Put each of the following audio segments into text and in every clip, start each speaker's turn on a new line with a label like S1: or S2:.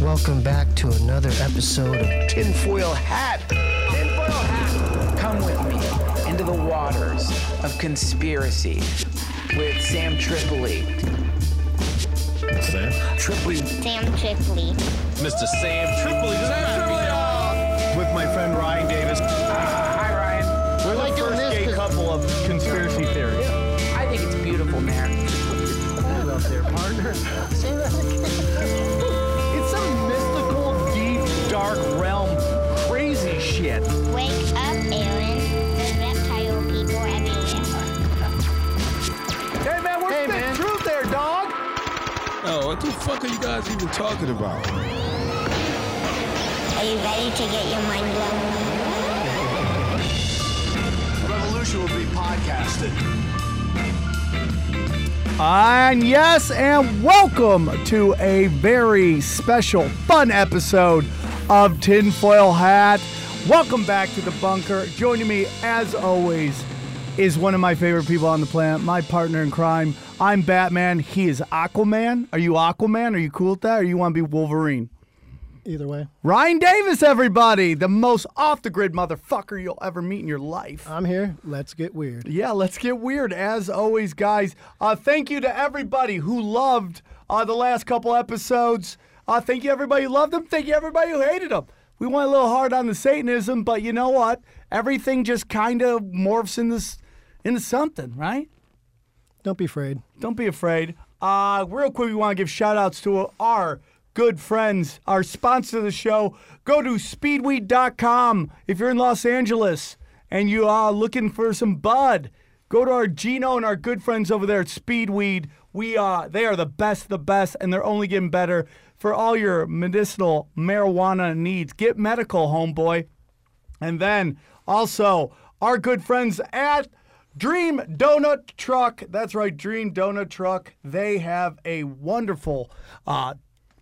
S1: welcome back to another episode of Tinfoil Hat. Tinfoil Hat.
S2: Come with me into the waters of conspiracy with Sam Tripoli.
S3: Sam?
S2: Tripoli.
S4: Sam Tripoli.
S3: Mr. Sam Tripoli. With my friend Ryan Davis.
S2: Hi, Ryan.
S3: We're like the first gay couple of conspiracy theorists.
S2: I think it's beautiful, man.
S3: It's some mystical, deep, dark realm. Crazy shit.
S4: Wake up, Aaron. The reptile people everywhere.
S3: Hey, man, what's the truth there, dog?
S5: Oh, what the fuck are you guys even talking about?
S4: Are you ready to get your mind blown?
S6: Revolution will be podcasted.
S7: And yes, and welcome to a very special, fun episode of Tinfoil Hat. Welcome back to the bunker. Joining me, as always, is one of my favorite people on the planet, my partner in crime. I'm Batman. He is Aquaman. Are you Aquaman? Are you cool with that? Or you want to be Wolverine?
S8: Either way,
S7: Ryan Davis, everybody, the most off the grid motherfucker you'll ever meet in your life.
S8: I'm here. Let's get weird.
S7: Yeah, let's get weird as always, guys. Uh, thank you to everybody who loved uh, the last couple episodes. Uh, thank you everybody who loved them. Thank you everybody who hated them. We went a little hard on the Satanism, but you know what? Everything just kind of morphs into s- into something, right?
S8: Don't be afraid.
S7: Don't be afraid. Uh, real quick, we want to give shout outs to our good friends, our sponsor of the show. Go to speedweed.com if you're in Los Angeles and you are looking for some bud. Go to our Gino and our good friends over there at Speedweed. We uh, they are the best, the best, and they're only getting better for all your medicinal marijuana needs. Get medical, homeboy. And then also our good friends at Dream Donut Truck. That's right, Dream Donut Truck. They have a wonderful uh,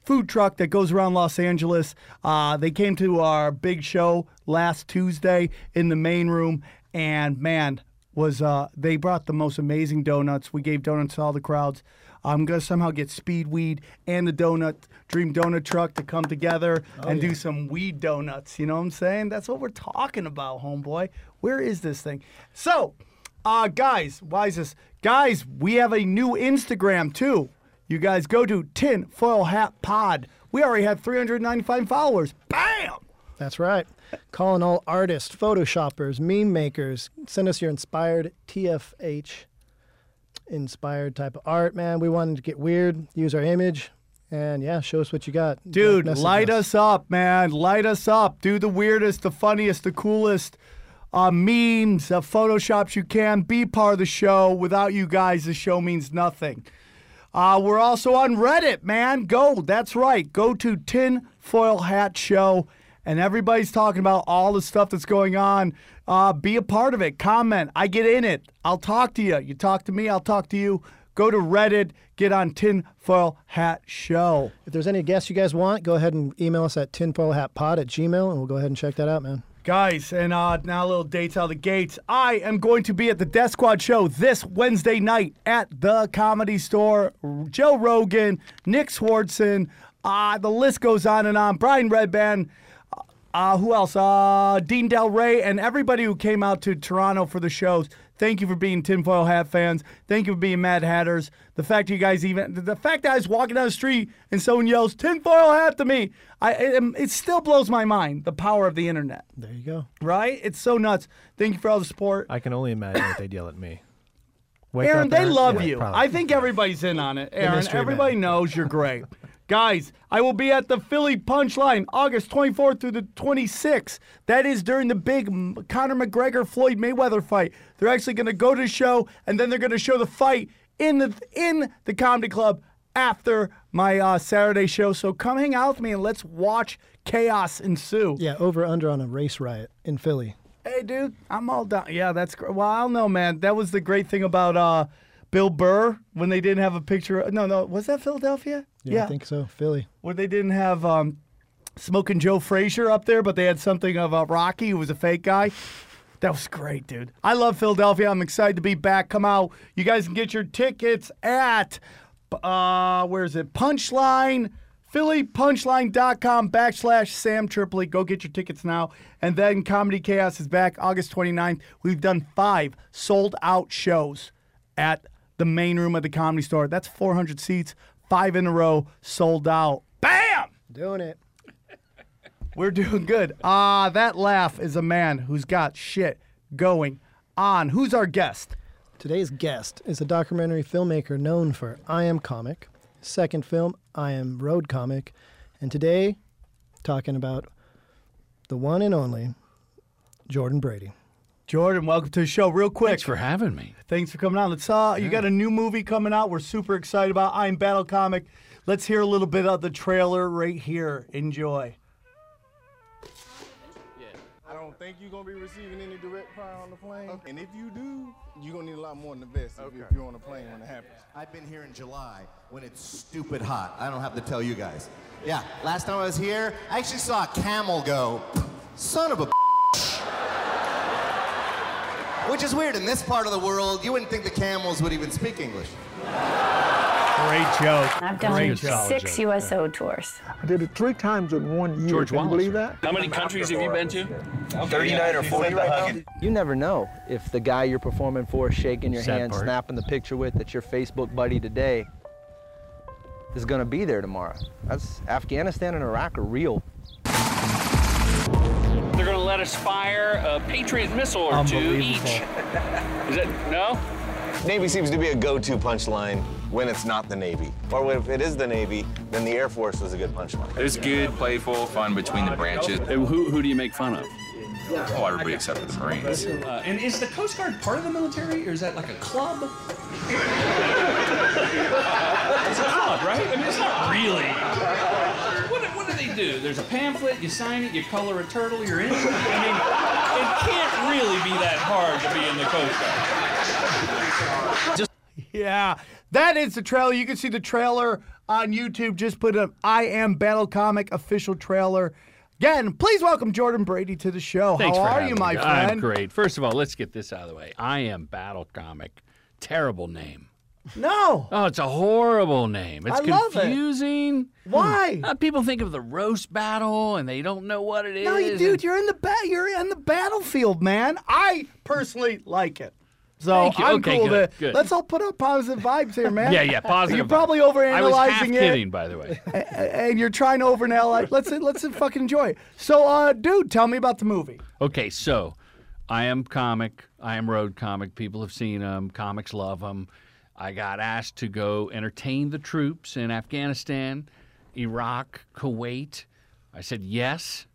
S7: food truck that goes around Los Angeles. Uh, they came to our big show last Tuesday in the main room, and man, was uh, they brought the most amazing donuts. We gave donuts to all the crowds. I'm gonna somehow get Speedweed and the donut Dream Donut Truck to come together and do some weed donuts. You know what I'm saying? That's what we're talking about, homeboy. Where is this thing? So, uh, guys, why is this? Guys, we have a new Instagram too. You guys go to Tinfoil Hat Pod. We already have 395 followers. Bam!
S8: That's right. Calling all artists, photoshoppers, meme makers. Send us your inspired TFH, inspired type of art, man. We wanted to get weird. Use our image, and yeah, show us what you got,
S7: Dude,
S8: Message
S7: light us up, man. Light us up. Do the weirdest, the funniest, the coolest uh, memes, uh, photoshops you can. Be part of the show. Without you guys, the show means nothing. Uh, we're also on Reddit, man. Go. That's right. Go to Tinfoil Hat Show, and everybody's talking about all the stuff that's going on. Uh, be a part of it. Comment. I get in it. I'll talk to you. You talk to me, I'll talk to you. Go to Reddit. Get on Tinfoil Hat Show.
S8: If there's any guests you guys want, go ahead and email us at tinfoilhatpod at gmail, and we'll go ahead and check that out, man.
S7: Guys, and uh, now a little dates out of the gates. I am going to be at the Death Squad show this Wednesday night at the Comedy Store. Joe Rogan, Nick Swartzen, uh, the list goes on and on. Brian Redband, uh, who else? Uh, Dean Del Rey, and everybody who came out to Toronto for the shows. Thank you for being tinfoil hat fans. Thank you for being Mad Hatters. The fact you guys even the fact that I was walking down the street and someone yells tinfoil hat to me, I it, it still blows my mind. The power of the internet,
S8: There you go.
S7: right? It's so nuts. Thank you for all the support,
S9: I can only imagine that they'd yell at me. Wake
S7: Aaron.
S9: up,
S7: They love
S9: Yeah,
S7: you.
S9: probably.
S7: I think everybody's in on it, Aaron.
S8: mystery
S7: Everybody
S8: man.
S7: knows you're great. Guys, I will be at the Philly Punchline August 24th through the 26th. That is during the big M- Conor McGregor Floyd Mayweather fight. They're actually going to go to the show and then they're going to show the fight in the in the comedy club after my uh, Saturday show. So come hang out with me and let's watch chaos ensue.
S8: Yeah, over under on a race riot in Philly.
S7: Hey, dude, I'm all down. Yeah, that's great. Well, I don't know, man. That was the great thing about uh, Bill Burr when they didn't have a picture. No, no, was that Philadelphia?
S8: Yeah, I think so. Philly.
S7: Where they didn't have um, Smoking Joe Frazier up there, but they had something of uh, Rocky, who was a fake guy. That was great, dude. I love Philadelphia. I'm excited to be back. Come out. You guys can get your tickets at, uh, where is it? Punchline. phillypunchline.com backslash Sam Tripoli. Go get your tickets now. And then Comedy Chaos is back August 29th. We've done five sold out shows at the main room of the comedy store. That's 400 seats, five in a row, sold out. Bam!
S8: Doing it.
S7: We're doing good. Ah, that laugh is a man who's got shit going on. Who's our guest?
S8: Today's guest is a documentary filmmaker known for I Am Comic, his second film, I Am Road Comic, and today, talking about the one and only Jordan Brady.
S7: Jordan, welcome to the show. Real quick,
S10: Thanks for having me.
S7: Thanks for coming on. Let's uh, you got a new movie coming out. We're super excited about. I'm Battle Comic. Let's hear a little bit of the trailer right here. Enjoy.
S6: I don't think you're gonna be receiving any direct fire on the plane. And if you do, you're gonna need a lot more than a vest if, you- if you're on a plane when it happens.
S11: I've been here in July when it's stupid hot. I don't have to tell you guys. Yeah, last time I was here, I actually saw a camel go, son of a. Which is weird. In this part of the world, you wouldn't think the camels would even speak English.
S7: Great joke.
S12: I've done
S7: Great job.
S12: six USO tours.
S13: I did it three times in one year.
S10: George
S13: Can you
S10: Wallace.
S13: believe that?
S14: How many countries have you been to?
S15: 39 or 40 right now?
S16: You never know if the guy you're performing for, shaking your
S10: Sad
S16: hand,
S10: part.
S16: snapping the picture with, that's your Facebook buddy today, is going to be there tomorrow. That's Afghanistan and Iraq are real.
S14: They're going to let us fire a Patriot missile or two each. Is that no?
S11: Navy seems to be a go to punchline when it's not the Navy. Or if it is the Navy, then the Air Force was a good punchline.
S15: There's good, playful fun between the branches.
S14: And who who do you make fun of?
S15: Oh, everybody except for the Marines.
S14: Uh, and is the Coast Guard part of the military, or is that like a club? it's a club, right? I mean, it's not really. What, do- what do they do? There's a pamphlet. You sign it. You color a turtle. You're in. I mean, it can't really be that hard to be in the Coast Guard.
S7: Yeah, that is the trailer. You can see the trailer on YouTube. Just put up I Am Battle Comic official trailer. Again, please welcome Jordan Brady to the show.
S10: Thanks
S7: How
S10: for
S7: are
S10: having
S7: you, my
S10: me.
S7: friend?
S10: I'm great. First of all, let's get this out of the way. I am Battle Comic. Terrible name.
S7: No.
S10: Oh, it's a horrible name. It's
S7: I love it.
S10: confusing.
S7: Why?
S10: Uh, people think of the roast battle and they don't know what it is.
S7: No, you, dude, you're in the ba- you're on the battlefield, man. I personally like it. So
S10: Thank you.
S7: I'm
S10: Okay,
S7: cool
S10: good,
S7: to
S10: good.
S7: let's all put up positive vibes here, man.
S10: Yeah, yeah, positive.
S7: You're probably
S10: vibes. I was half
S7: overanalyzing
S10: kidding,
S7: it,
S10: by the way.
S7: a- a- and you're trying to overanalyze. Let's let's fucking enjoy it. So, uh, dude, tell me about the movie.
S10: Okay, so I am comic. I am road comic. People have seen them. Comics love them. I got asked to go entertain the troops in Afghanistan, Iraq, Kuwait. I said yes.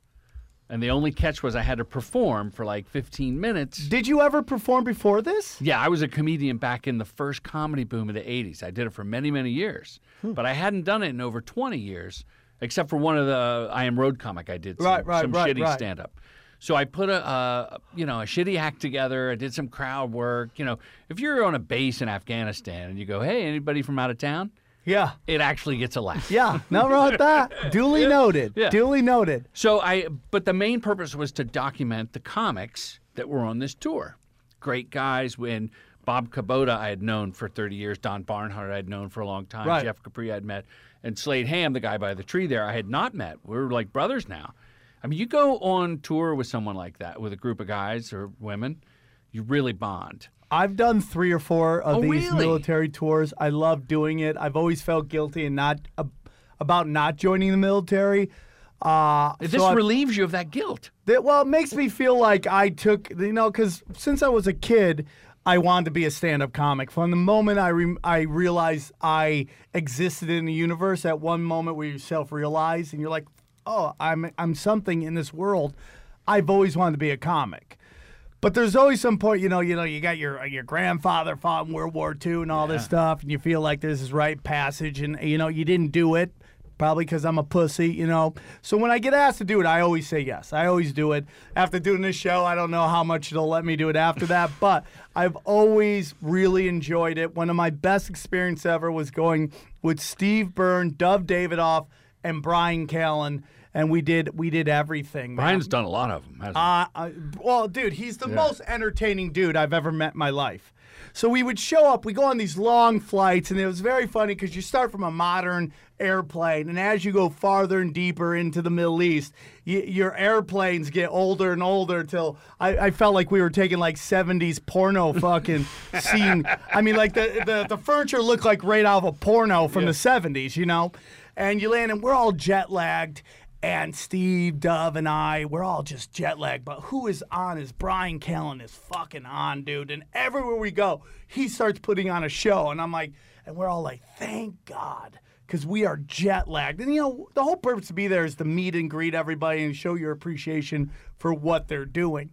S10: And the only catch was I had to perform for like 15 minutes.
S7: Did you ever perform before this?
S10: Yeah, I was a comedian back in the first comedy boom of the 80s. I did it for many, many years.
S7: Hmm.
S10: But I hadn't done it in over 20 years, except for one of the uh, I Am Road comic I did some,
S7: Right, right,
S10: some
S7: right,
S10: shitty
S7: right.
S10: stand up. So I put a uh, you know a shitty act together. I did some crowd work. You know, if you're on a base in Afghanistan and you go, "Hey, anybody from out of town?"
S7: Yeah.
S10: it actually gets a laugh.
S7: Yeah, no wrong with that. Duly noted.
S10: Yeah.
S7: Duly noted.
S10: So I, but the main purpose was to document the comics that were on this tour. Great guys. When Bob Kubota, I had known for 30 years. Don Barnhart, I had known for a long time.
S7: Right.
S10: Jeff Capri, I'd met, and Slade Ham, the guy by the tree there, I had not met. We were like brothers now. I mean, you go on tour with someone like that, with a group of guys or women, you really bond.
S7: I've done three or four of
S10: Oh,
S7: these
S10: really?
S7: military tours. I love doing it. I've always felt guilty and not ab- about not joining the military. Uh,
S10: This
S7: so I've-
S10: relieves you of that guilt.
S7: that, well, it makes me feel like I took you know because since I was a kid, I wanted to be a stand-up comic. From the moment I re- I realized I existed in the universe, at one moment where you self-realize and you're like, oh, I'm I'm something in this world. I've always wanted to be a comic. But there's always some point, you know, you know, you got your uh, your grandfather fought in World War II and all this stuff, and you feel like there's this right passage, and you know, you didn't do it, probably because I'm a pussy, you know. So when I get asked to do it, I always say yes. I always do it. After doing this show, I don't know how much they'll let me do it after that, but I've always really enjoyed it. One of my best experience ever was going with Steve Byrne, Dove Davidoff, and Brian Callen and we did we did everything. man.
S10: Brian's done a lot of them, hasn't he?
S7: Uh, uh, well, dude, he's the
S10: Yeah.
S7: most entertaining dude I've ever met in my life. So we would show up, we go on these long flights, and it was very funny because you start from a modern airplane, and as you go farther and deeper into the Middle East, y- your airplanes get older and older till I-, I felt like we were taking like 70s porno fucking scene. I mean, like the, the, the furniture looked like right out of a porno from the 70s, you know? And you land, and we're all jet lagged, and Steve, Dove, and I, we're all just jet lagged, but who is on is Brian Callen is fucking on, dude. And everywhere we go, he starts putting on a show. And I'm like, and we're all like, thank God, because we are jet lagged. And you know, the whole purpose to be there is to meet and greet everybody and show your appreciation for what they're doing.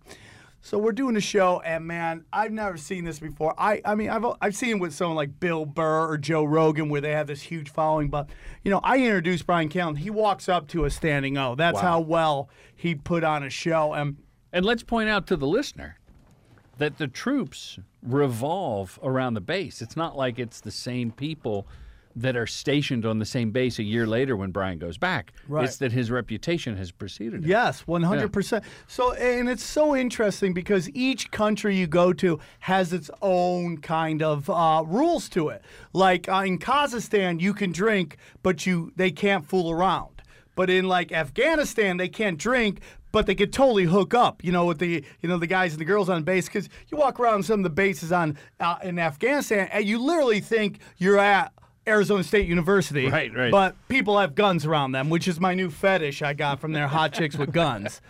S7: So we're doing a show, and man, I've never seen this before. I, I mean, I've, I've seen it with someone like Bill Burr or Joe Rogan, where they have this huge following. But you know, I introduced Brian Callen. He walks up to a standing O. That's
S10: Wow.
S7: how well he put on a show. And
S10: and let's point out to the listener that the troops revolve around the base. It's not like it's the same people that are stationed on the same base a year later when Brian goes back.
S7: Right.
S10: It's that his reputation has preceded him.
S7: Yes, one hundred percent. So, and it's so interesting because each country you go to has its own kind of uh, rules to it. Like uh, in Kazakhstan, you can drink, but you they can't fool around. But in like Afghanistan, they can't drink. But they could totally hook up, you know, with the you know the guys and the girls on base, because you walk around some of the bases on uh, in Afghanistan, and you literally think you're at Arizona State University,
S10: Right, right.
S7: But people have guns around them, which is my new fetish I got from their hot chicks with guns.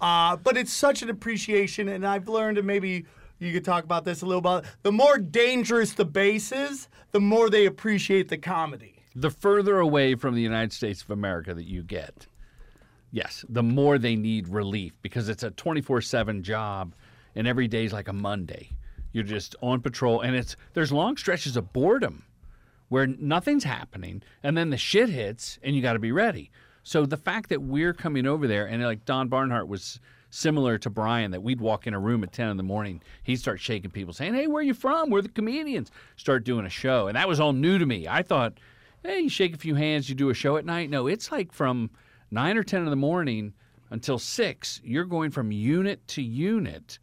S7: Uh, but it's such an appreciation, and I've learned, and maybe you could talk about this a little bit. The more dangerous the base is, the more they appreciate the comedy.
S10: The further away from the United States of America that you get, yes, the more they need relief because it's a 24 7 job and every day's like a Monday. You're just on patrol and it's there's long stretches of boredom where nothing's happening and then the shit hits and you got to be ready. So the fact that we're coming over there and like Don Barnhart was similar to Brian that we'd walk in a room at 10 in the morning, he'd start shaking people saying, "Hey, where are you from? We're the comedians." Start doing a show. And that was all new to me. I thought, "Hey, you shake a few hands, you do a show at night." No, it's like from 9 or 10 in the morning until 6, you're going from unit to unit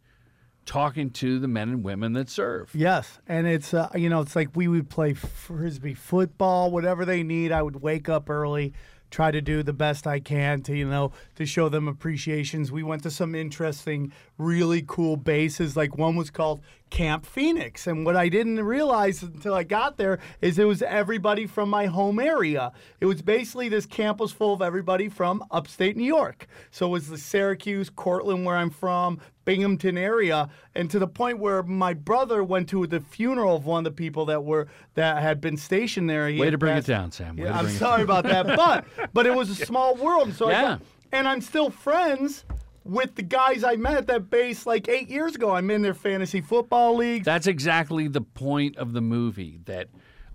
S10: talking to the men and women that serve.
S7: Yes, and it's uh, you know it's like we would play frisbee football, whatever they need. I would wake up early, try to do the best I can to you know to show them appreciations. We went to some interesting, really cool bases. Like one was called Camp Phoenix, and what I didn't realize until I got there is it was everybody from my home area. It was basically this camp was full of everybody from upstate New York. So it was the Syracuse, Cortland, where I'm from, Binghamton area, and to the point where my brother went to the funeral of one of the people that were that had been stationed there. He
S10: Way
S7: had
S10: to bring
S7: passed-
S10: it down, Sam. Way
S7: Yeah,
S10: to
S7: I'm
S10: bring it
S7: sorry
S10: down.
S7: about that, but but it was a small world. So I
S10: Yeah.
S7: got- and I'm still friends with the guys I met at that base like eight years ago. I'm in their fantasy football league.
S10: That's exactly the point of the movie that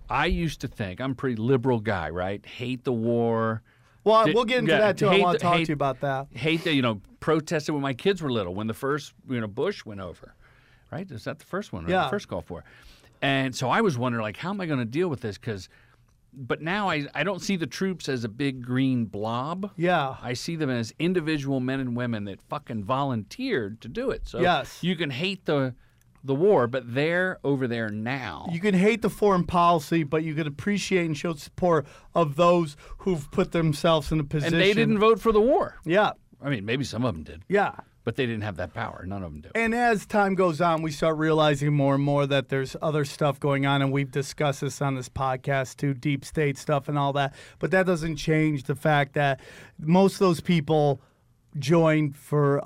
S10: I used to think I'm a pretty liberal guy, right? Hate the war.
S7: Well,
S10: Di-
S7: we'll get into
S10: yeah,
S7: that too. I
S10: hate
S7: want
S10: the-
S7: to talk
S10: hate-
S7: to you about that.
S10: Hate that you know protested when my kids were little when the first you know Bush went over, right? Is that the first one? Or
S7: Yeah.
S10: The first Gulf War, and so I was wondering like how am I going to deal with this because. But now I, I don't see the troops as a big green blob.
S7: Yeah.
S10: I see them as individual men and women that fucking volunteered to do it. So
S7: Yes.
S10: you can hate the the war, but they're over there now.
S7: You can hate the foreign policy, but you can appreciate and show support of those who've put themselves in a position.
S10: And they didn't vote for the war.
S7: Yeah.
S10: I mean, maybe some of them did.
S7: Yeah.
S10: But they didn't have that power. None of them do.
S7: And as time goes on, we start realizing more and more that there's other stuff going on, and we've discussed this on this podcast too deep state stuff and all that. But that doesn't change the fact that most of those people joined for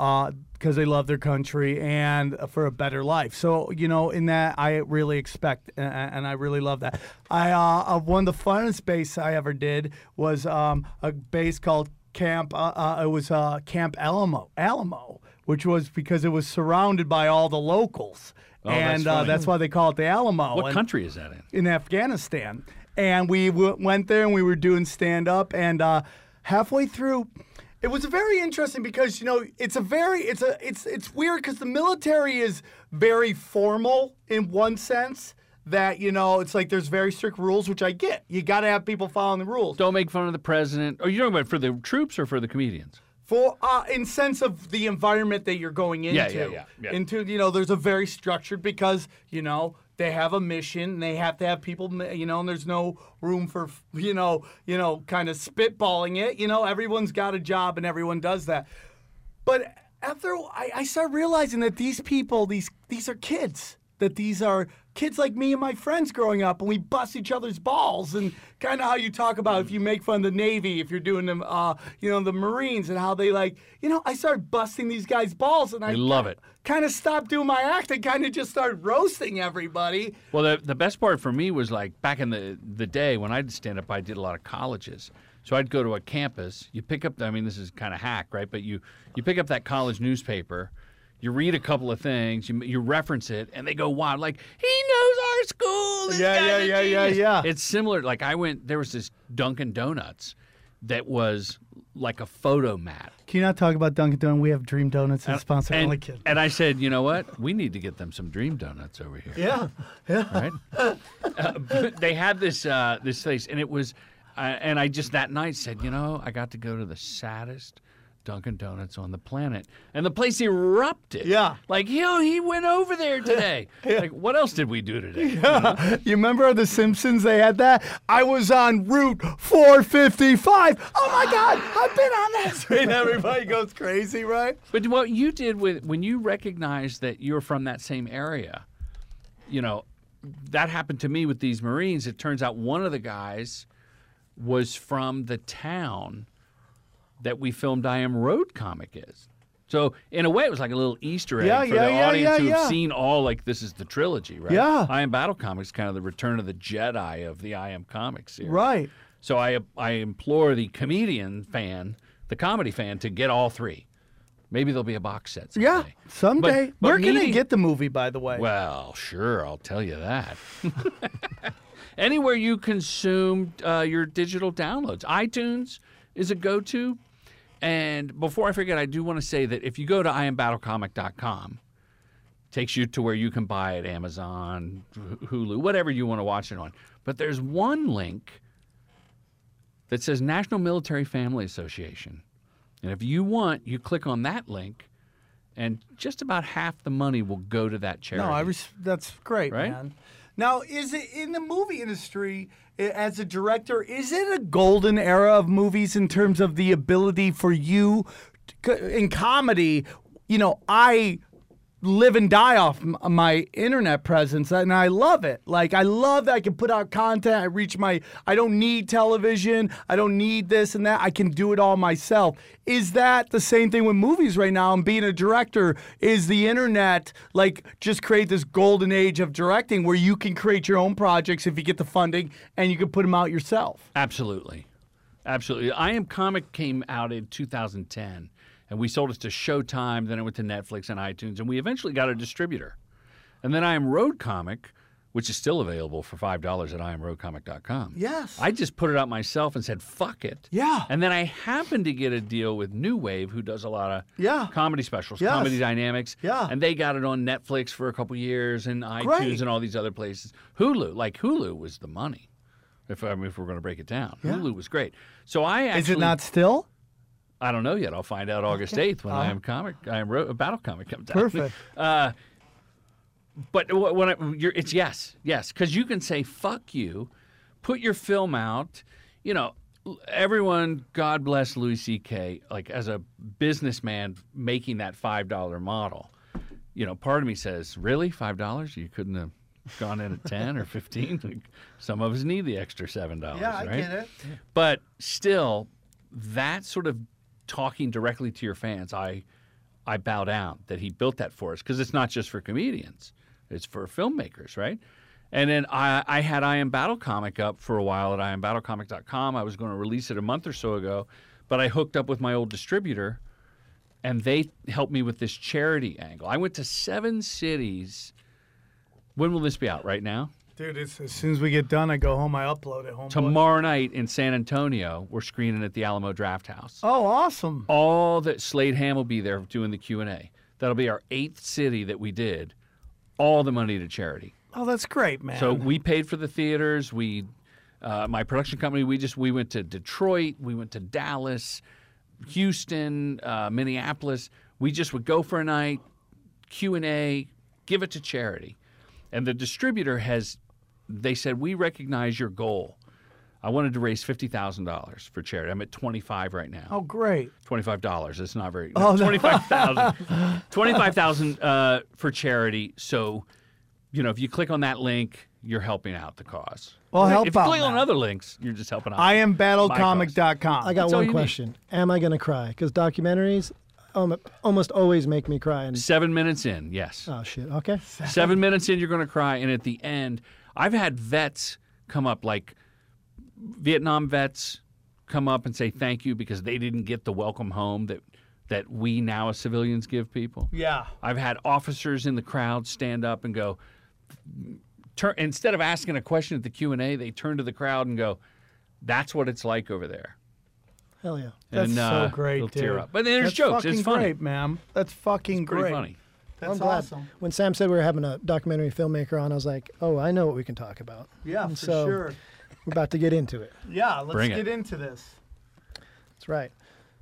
S7: because they love their country and for a better life. So, you know, in that, I really expect a- a- and I really love that. I uh, uh, One of the funnest base I ever did was um, a base called Camp, uh, uh, it was uh, Camp Alamo. Alamo which was because it was surrounded by all the locals.
S10: Oh, that's
S7: and uh,
S10: funny.
S7: that's why they call it the Alamo.
S10: What
S7: And-
S10: country is that in?
S7: in Afghanistan. And we w- went there and we were doing stand up. And uh, halfway through, it was very interesting because you know it's a very it's a it's it's weird because the military is very formal in one sense. that you know it's like there's very strict rules, which I get. You got to have people following the rules.
S10: Don't make fun of the president. Are you talking about for the troops or for the comedians?
S7: For uh, in sense of the environment that you're going into,
S10: Yeah, yeah, yeah, yeah.
S7: into you know, there's a very structured because you know they have a mission, and they have to have people, ma- you know, and there's no room for you know, you know, kind of spitballing it. You know, everyone's got a job, and everyone does that. But after I, I start realizing that these people, these these are kids. That these are kids like me and my friends growing up, and we bust each other's balls. And kind of how you talk about if you make fun of the Navy, if you're doing them, uh, you know, the Marines, and how they like, you know, I started busting these guys' balls, and I
S10: They love it.
S7: Kind of stopped doing my act and kind of just started roasting everybody.
S10: Well, the, the best part for me was like back in the, the day when I did stand up, I did a lot of colleges. So I'd go to a campus. You pick up, I mean, this is kind of hack, right? But you, you pick up that college newspaper, you read a couple of things, you, you reference it, and they go wild. Like, he knows our school. This
S7: Yeah,
S10: guy's
S7: yeah,
S10: a
S7: yeah, yeah,
S10: genius."
S7: yeah.
S10: It's similar. Like, I went, there was this Dunkin' Donuts that was like a photo mat.
S7: Can you not talk about Dunkin' Donuts? We have Dream Donuts as sponsor.
S10: Uh, and,
S7: Only kid.
S10: and I said, you know what? We need to get them some dream donuts over here.
S7: Yeah, yeah.
S10: Right? Uh, but they had this uh, this place, and it was, uh, and I just that night said, you know, I got to go to the saddest Dunkin' Donuts on the planet, and the place erupted. Yeah, like yo, he went over there today. Like, what else did we do today?
S7: Yeah. You remember The Simpsons? They had that. I was on Route 455. Oh my God, I've been on that street. Everybody goes crazy, right?
S10: But what you did with when you recognized that you're from that same area, you know, that happened to me with these Marines. It turns out one of the guys was from the town that we filmed I Am Road comic is. So in a way, it was like a little Easter egg
S7: Yeah,
S10: for
S7: yeah,
S10: the
S7: yeah,
S10: audience
S7: yeah,
S10: who
S7: yeah.
S10: have seen all like this is the trilogy, right?
S7: Yeah.
S10: I Am Battle Comics, kind of the return of the Jedi of the I Am comics series.
S7: Right.
S10: So I I implore the comedian fan, the comedy fan, to get all three. Maybe there'll be a box set. someday.
S7: Yeah. Someday.
S10: but
S7: Where can I
S10: meeting-
S7: get the movie, by the way?
S10: Well, sure, I'll tell you that. Anywhere you consume uh, your digital downloads, iTunes is a go-to. And before I forget, I do want to say that if you go to iambattlecomic.com, takes you to where you can buy it, Amazon, Hulu, whatever you want to watch it on. But there's one link that says National Military Family Association. And if you want, you click on that link, and just about half the money will go to that charity.
S7: No, I res- that's great,
S10: Right?
S7: man. Now, is it in the movie industry i- as a director? Is it a golden era of movies in terms of the ability for you to co- in comedy? You know, I live and die off m- my internet presence and I love it. Like I love that I can put out content, I reach my I don't need television, I don't need this and that. I can do it all myself. Is that the same thing with movies right now and being a director is the internet like just create this golden age of directing where you can create your own projects if you get the funding and you can put them out yourself.
S10: Absolutely. Absolutely. I Am Comic came out in 2010, and we sold it to Showtime, then it went to Netflix and iTunes, and we eventually got a distributor. And then I Am Road Comic, which is still available for $5 at IamRoadComic.com.
S7: Yes.
S10: I just put it out myself and said, fuck it.
S7: Yeah.
S10: And then I happened to get a deal with New Wave, who does a lot of
S7: Yeah.
S10: comedy specials,
S7: Yes.
S10: comedy dynamics.
S7: Yeah.
S10: And they got it on Netflix for a couple years and iTunes
S7: Great.
S10: and all these other places. Hulu, like Hulu was the money. If I mean, if we're going to break it down,
S7: Yeah.
S10: Hulu was great. So I actually
S7: is it not still?
S10: I don't know yet. I'll find out August
S7: Okay.
S10: eighth when
S7: All
S10: I
S7: right.
S10: am comic. I am ro- battle comic comes out.
S7: Perfect.
S10: Uh, but wh- when I, you're, it's yes, yes, because you can say fuck you, put your film out. You know, l- everyone. God bless Louis C.K. Like as a businessman making that five dollar model. You know, part of me says, really five dollars? You couldn't have gone in at ten or fifteen. Like, some of us need the extra seven dollars. right? But still, that sort of talking directly to your fans, I I bow down that he built that for us because it's not just for comedians, it's for filmmakers, right? And then I, I had I Am Battle Comic up for a while at IamBattleComic.com. I was going to release it a month or so ago, but I hooked up with my old distributor and they helped me with this charity angle. I went to seven cities. When will this be out? Right now?
S7: Dude, it's, as soon as we get done I go home, I upload it home.
S10: Tomorrow night in San Antonio, we're screening at the Alamo Draft House.
S7: Oh, awesome.
S10: All that Slade Ham will be there doing the Q and A. That'll be our eighth city that we did. All the money to charity.
S7: Oh, that's great, man.
S10: So we paid for the theaters. We, uh, my production company, we just we went to Detroit. We went to Dallas, Houston, uh, Minneapolis. We just would go for a night, Q and A, give it to charity, and the distributor has. They said we recognize your goal. I wanted to raise fifty thousand dollars for charity. I'm at twenty five right now.
S7: Oh, great.
S10: Twenty-five dollars. It's not very.
S7: Oh,
S10: No,
S7: no.
S10: Twenty-five thousand. Twenty-five thousand uh, for charity. So, you know, if you click on that link, you're helping out the cause.
S7: Well, help
S10: if you
S7: out,
S10: click on other links, you're just helping out.
S7: I am
S10: my cause.
S7: battlecomic.com.
S8: I got one question. Am I going to cry? Because documentaries um, almost always make me cry. And,
S10: Seven minutes in, yes.
S8: oh, shit. Okay.
S10: Seven minutes in, you're going to cry. And at the end, I've had vets come up, like Vietnam vets come up and say thank you because they didn't get the welcome home that, that we now as civilians give people.
S7: Yeah.
S10: I've had officers in the crowd stand up and go, turn, instead of asking a question at the Q&A, they turn to the crowd and go, that's what it's like over there.
S8: Hell yeah.
S7: That's
S10: And,
S7: so
S10: uh,
S7: Oh, great,
S10: it'll
S7: dude.
S10: tear up. But there's
S7: That's
S10: jokes. It's
S7: fucking
S10: funny.
S7: great, ma'am. That's fucking
S10: pretty
S7: great.
S10: funny.
S7: That's
S8: I'm glad.
S7: awesome.
S8: When Sam said we were having a documentary filmmaker on, I was like, oh, I know what we can talk about.
S7: Yeah,
S8: And
S7: for
S8: so
S7: sure.
S8: We're about to get into it.
S7: Yeah, let's
S10: Bring it.
S7: get into this.
S8: That's right.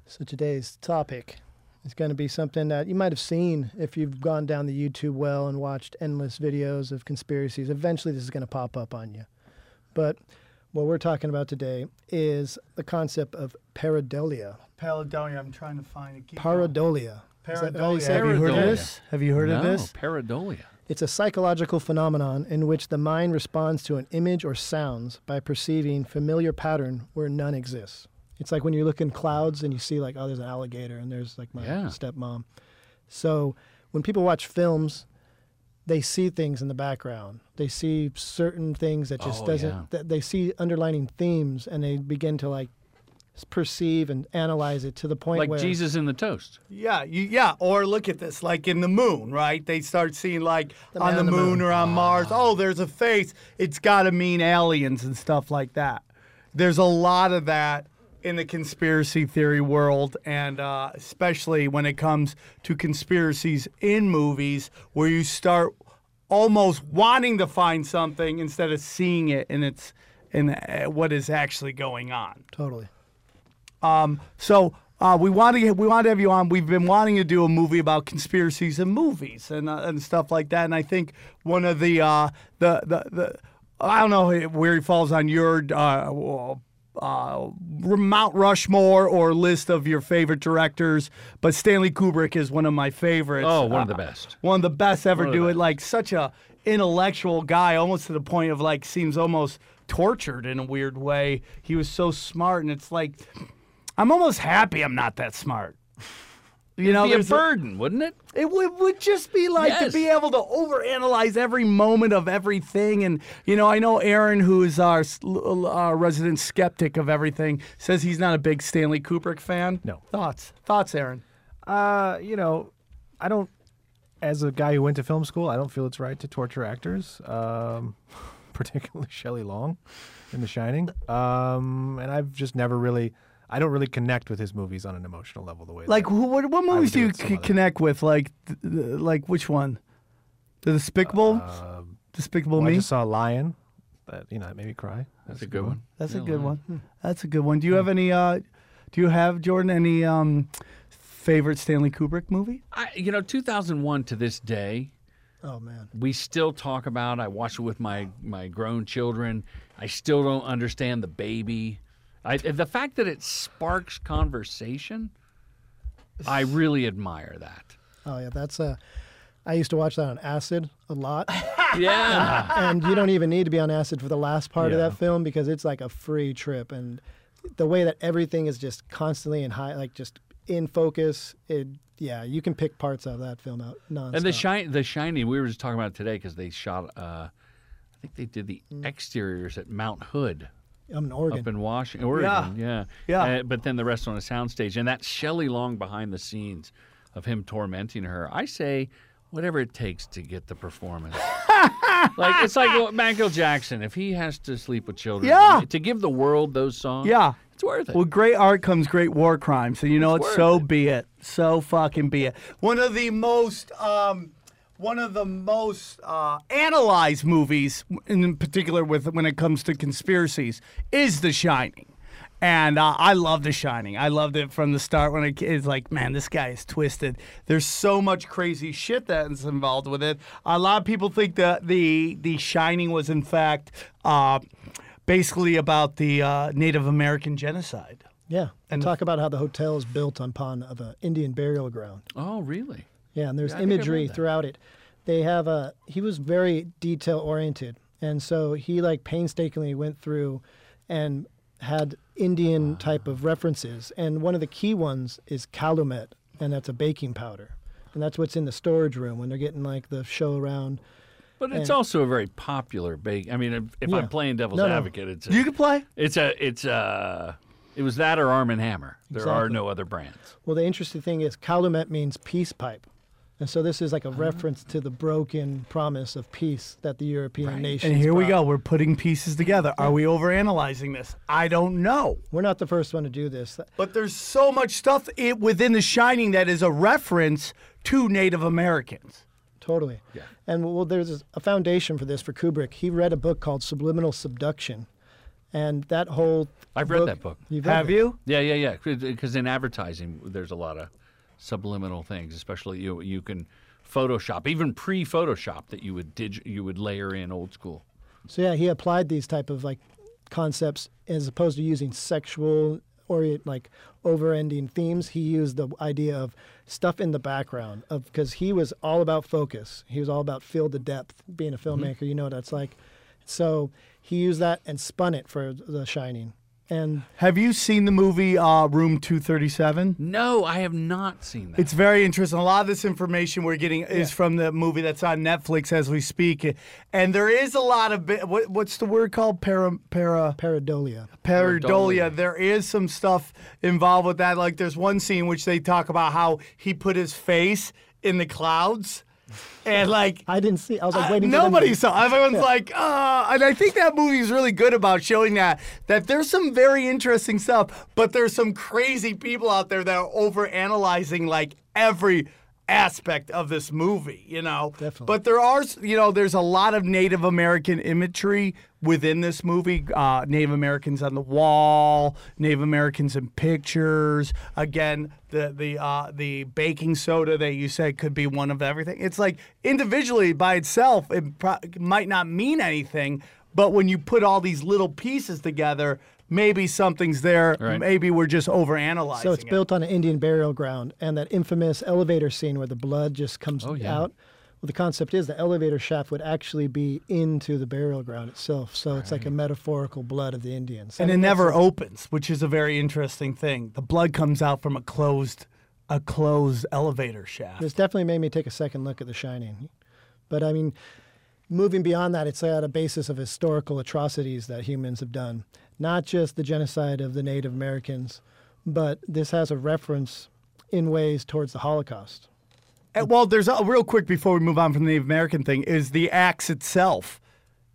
S8: So today's topic is going to be something that you might have seen if you've gone down the YouTube well and watched endless videos of conspiracies. Eventually, this is going to pop up on you. But what we're talking about today is the concept of pareidolia.
S7: Paladonia, I'm trying to find it. Keep going.
S8: Pareidolia. Is that how you
S7: Pareidolia.
S8: say it?
S7: Have you heard of this? Have you heard of
S10: No,
S7: this?
S10: Pareidolia.
S8: It's a psychological phenomenon in which the mind responds to an image or sounds by perceiving familiar pattern where none exists. It's like when you look in clouds and you see like, oh, there's an alligator and there's like my
S10: Yeah.
S8: stepmom. So when people watch films, they see things in the background. They see certain things that just
S10: Oh,
S8: doesn't.
S10: yeah.
S8: That they see underlining themes and they begin to like s- perceive and analyze it to the point
S10: Like
S8: where
S10: Jesus in the toast.
S7: Yeah, you, yeah. Or look at this, like in the moon, right? They start seeing like
S8: The
S7: on
S8: man
S7: the
S8: on the
S7: moon,
S8: moon.
S7: or on Mars. Oh, there's a face. It's got to mean aliens and stuff like that. There's a lot of that in the conspiracy theory world, and uh, especially when it comes to conspiracies in movies, where you start almost wanting to find something instead of seeing it in its in uh, what is actually going on.
S8: Totally.
S7: Um, so uh, we want to get, we want to have you on. We've been wanting to do a movie about conspiracies and movies and uh, and stuff like that. And I think one of the uh, the, the the I don't know where he falls on your uh, uh, Mount Rushmore or list of your favorite directors, but Stanley Kubrick is one of my favorites.
S10: Oh, one of
S7: Uh,
S10: the best.
S7: one of the best ever
S10: One of the
S7: do it. Like such a intellectual guy, almost to the point of like seems almost tortured in a weird way. He was so smart, and it's like I'm almost happy I'm not that smart. You know,
S10: It'd be a
S7: there's
S10: burden, wouldn't it?
S7: it would, would just be like to
S10: Yes.
S7: be able to overanalyze every moment of everything. And, you know, I know Aaron, who is our, s- l- l- our resident skeptic of everything, says he's not a big Stanley Kubrick fan. No. Thoughts? Thoughts, Aaron?
S9: Uh, you know, I don't. As a guy who went to film school, I don't feel it's right to torture actors, um, particularly Shelley Long in The Shining. Um, and I've just never really, I don't really connect with his movies on an emotional level the way.
S7: Like, who, what, what movies do you c- connect with? Like, th- th- like which one? The Despicable? Despicable
S9: well,
S7: Me?
S9: I just saw Lion. That you know, that made me cry. That's, a good one.
S7: That's a good one. That's a good one. Do you have any, uh, do you have, Jordan, any um, favorite Stanley Kubrick movie?
S10: I, you know, 2001 to this day,
S8: Oh man.
S10: we still talk about. I watch it with my my grown children. I still don't understand the baby. I, the fact that it sparks conversation, I really admire that.
S8: Oh yeah, that's a. I used to watch that on acid a lot.
S10: Yeah.
S8: and you don't even need to be on acid for the last part of
S10: Yeah.
S8: that film because it's like a free trip and the way that everything is just constantly in high like just in focus it yeah you can pick parts of that film out nonstop.
S10: And the shine, the shiny. We were just talking about it today because they shot. Uh, I think they did the
S8: Mm.
S10: exteriors at Mount Hood.
S8: I'm in Oregon
S10: Up in Washington, Oregon, yeah,
S8: Yeah.
S10: Uh, but then the rest on a soundstage, and that Shelley Long behind the scenes of him tormenting her. I say, whatever it takes to get the performance. like it's like Michael Jackson, if he has to sleep with children,
S7: Yeah.
S10: to give the world those songs,
S7: Yeah.
S10: it's worth it.
S7: Well, great art comes great war crime. So you know, it's, so be it. So fucking be it. One of the most um, one of the most uh, analyzed movies, in particular with when it comes to conspiracies, is The Shining. And uh, I love The Shining. I loved it from the start when it, it's like, man, this guy is twisted. There's so much crazy shit that's involved with it. A lot of people think that the The Shining was in fact uh, basically about the uh, Native American genocide.
S8: Yeah. And talk about how the hotel is built upon of an Indian burial ground.
S10: Oh, really?
S8: Yeah, and there's
S10: Yeah, I think I
S8: imagery
S10: read that.
S8: throughout it. They have a he was very detail oriented, and so he like painstakingly went through and had Indian type of references. And one of the key ones is calumet, and that's a baking powder, and that's what's in the storage room when they're getting like the show around.
S10: But it's
S8: And-
S10: also a very popular bake. I mean, if, if
S8: Yeah.
S10: I'm playing devil's
S8: No, no.
S10: advocate, it's a,
S7: You can play.
S10: It's a it's a it was that or Arm and Hammer. There are
S8: Exactly.
S10: no other brands.
S8: Well, the interesting thing is calumet means peace pipe. And so this is like a
S10: Oh.
S8: reference to the broken promise of peace that the European nations.
S7: And here we go.
S8: brought.
S7: We're putting pieces together. Are we overanalyzing this? I don't know.
S8: We're not the first one to do this.
S7: But there's so much stuff it, within The Shining that is a reference to Native Americans.
S8: Totally. Yeah. And well, there's a foundation for this for Kubrick. He read a book called Subliminal Subduction, and that whole
S10: I've read that book.
S8: You've read it.
S10: Yeah, yeah, yeah. Because in advertising, there's a lot of subliminal things, especially you you can Photoshop, even pre-Photoshop, that you would dig, you would layer in old school.
S8: So yeah, he applied these type of like concepts as opposed to using sexual or like overending themes. He used the idea of stuff in the background of because he was all about focus. He was all about feel the depth. Being a
S10: Mm-hmm.
S8: filmmaker, you know what that's like. So he used that and spun it for The Shining. And
S7: Have you seen the movie uh, Room 237?
S10: No, I have not seen that.
S7: It's very interesting. A lot of this information we're getting is
S10: Yeah.
S7: from the movie that's on Netflix as we speak, and there is a lot of bi- what, what's the word called para para
S8: pareidolia.
S7: Pareidolia. There is some stuff involved with that. Like there's one scene which they talk about how he put his face in the clouds. And like
S8: I didn't see. I was like
S7: waiting.
S8: for them to-
S7: Uh, nobody saw. Everyone's
S8: Yeah.
S7: like, uh, and I think that movie's really good about showing that that there's some very interesting stuff, but there's some crazy people out there that are overanalyzing like every aspect of this movie, you know. Definitely. But there are, s- you know, there's a lot of Native American imagery within this movie. Uh, Native Americans on the wall, Native Americans in pictures. Again, the the uh, the baking soda that you said could be one of everything. It's like individually by itself, it pro- might not mean anything, but when you put all these little pieces together, maybe something's there. Maybe we're just overanalyzing.
S8: So it's built on an Indian burial ground, and that infamous elevator scene where the blood just comes
S7: yeah.
S8: out. Well, the concept is the elevator shaft would actually be into the burial ground itself, so it's like a metaphorical blood of the Indians.
S7: and
S8: I
S7: it
S8: think that's
S7: never
S8: a-
S7: opens, which is a very interesting thing. The blood comes out from a closed, a closed elevator shaft.
S8: This definitely made me take a second look at The Shining, but I mean, moving beyond that, it's at a basis of historical atrocities that humans have done, not just the genocide of the Native Americans, but this has a reference in ways towards the Holocaust.
S7: And, Uh, well, there's a real quick before we move on from the Native American thing is the axe itself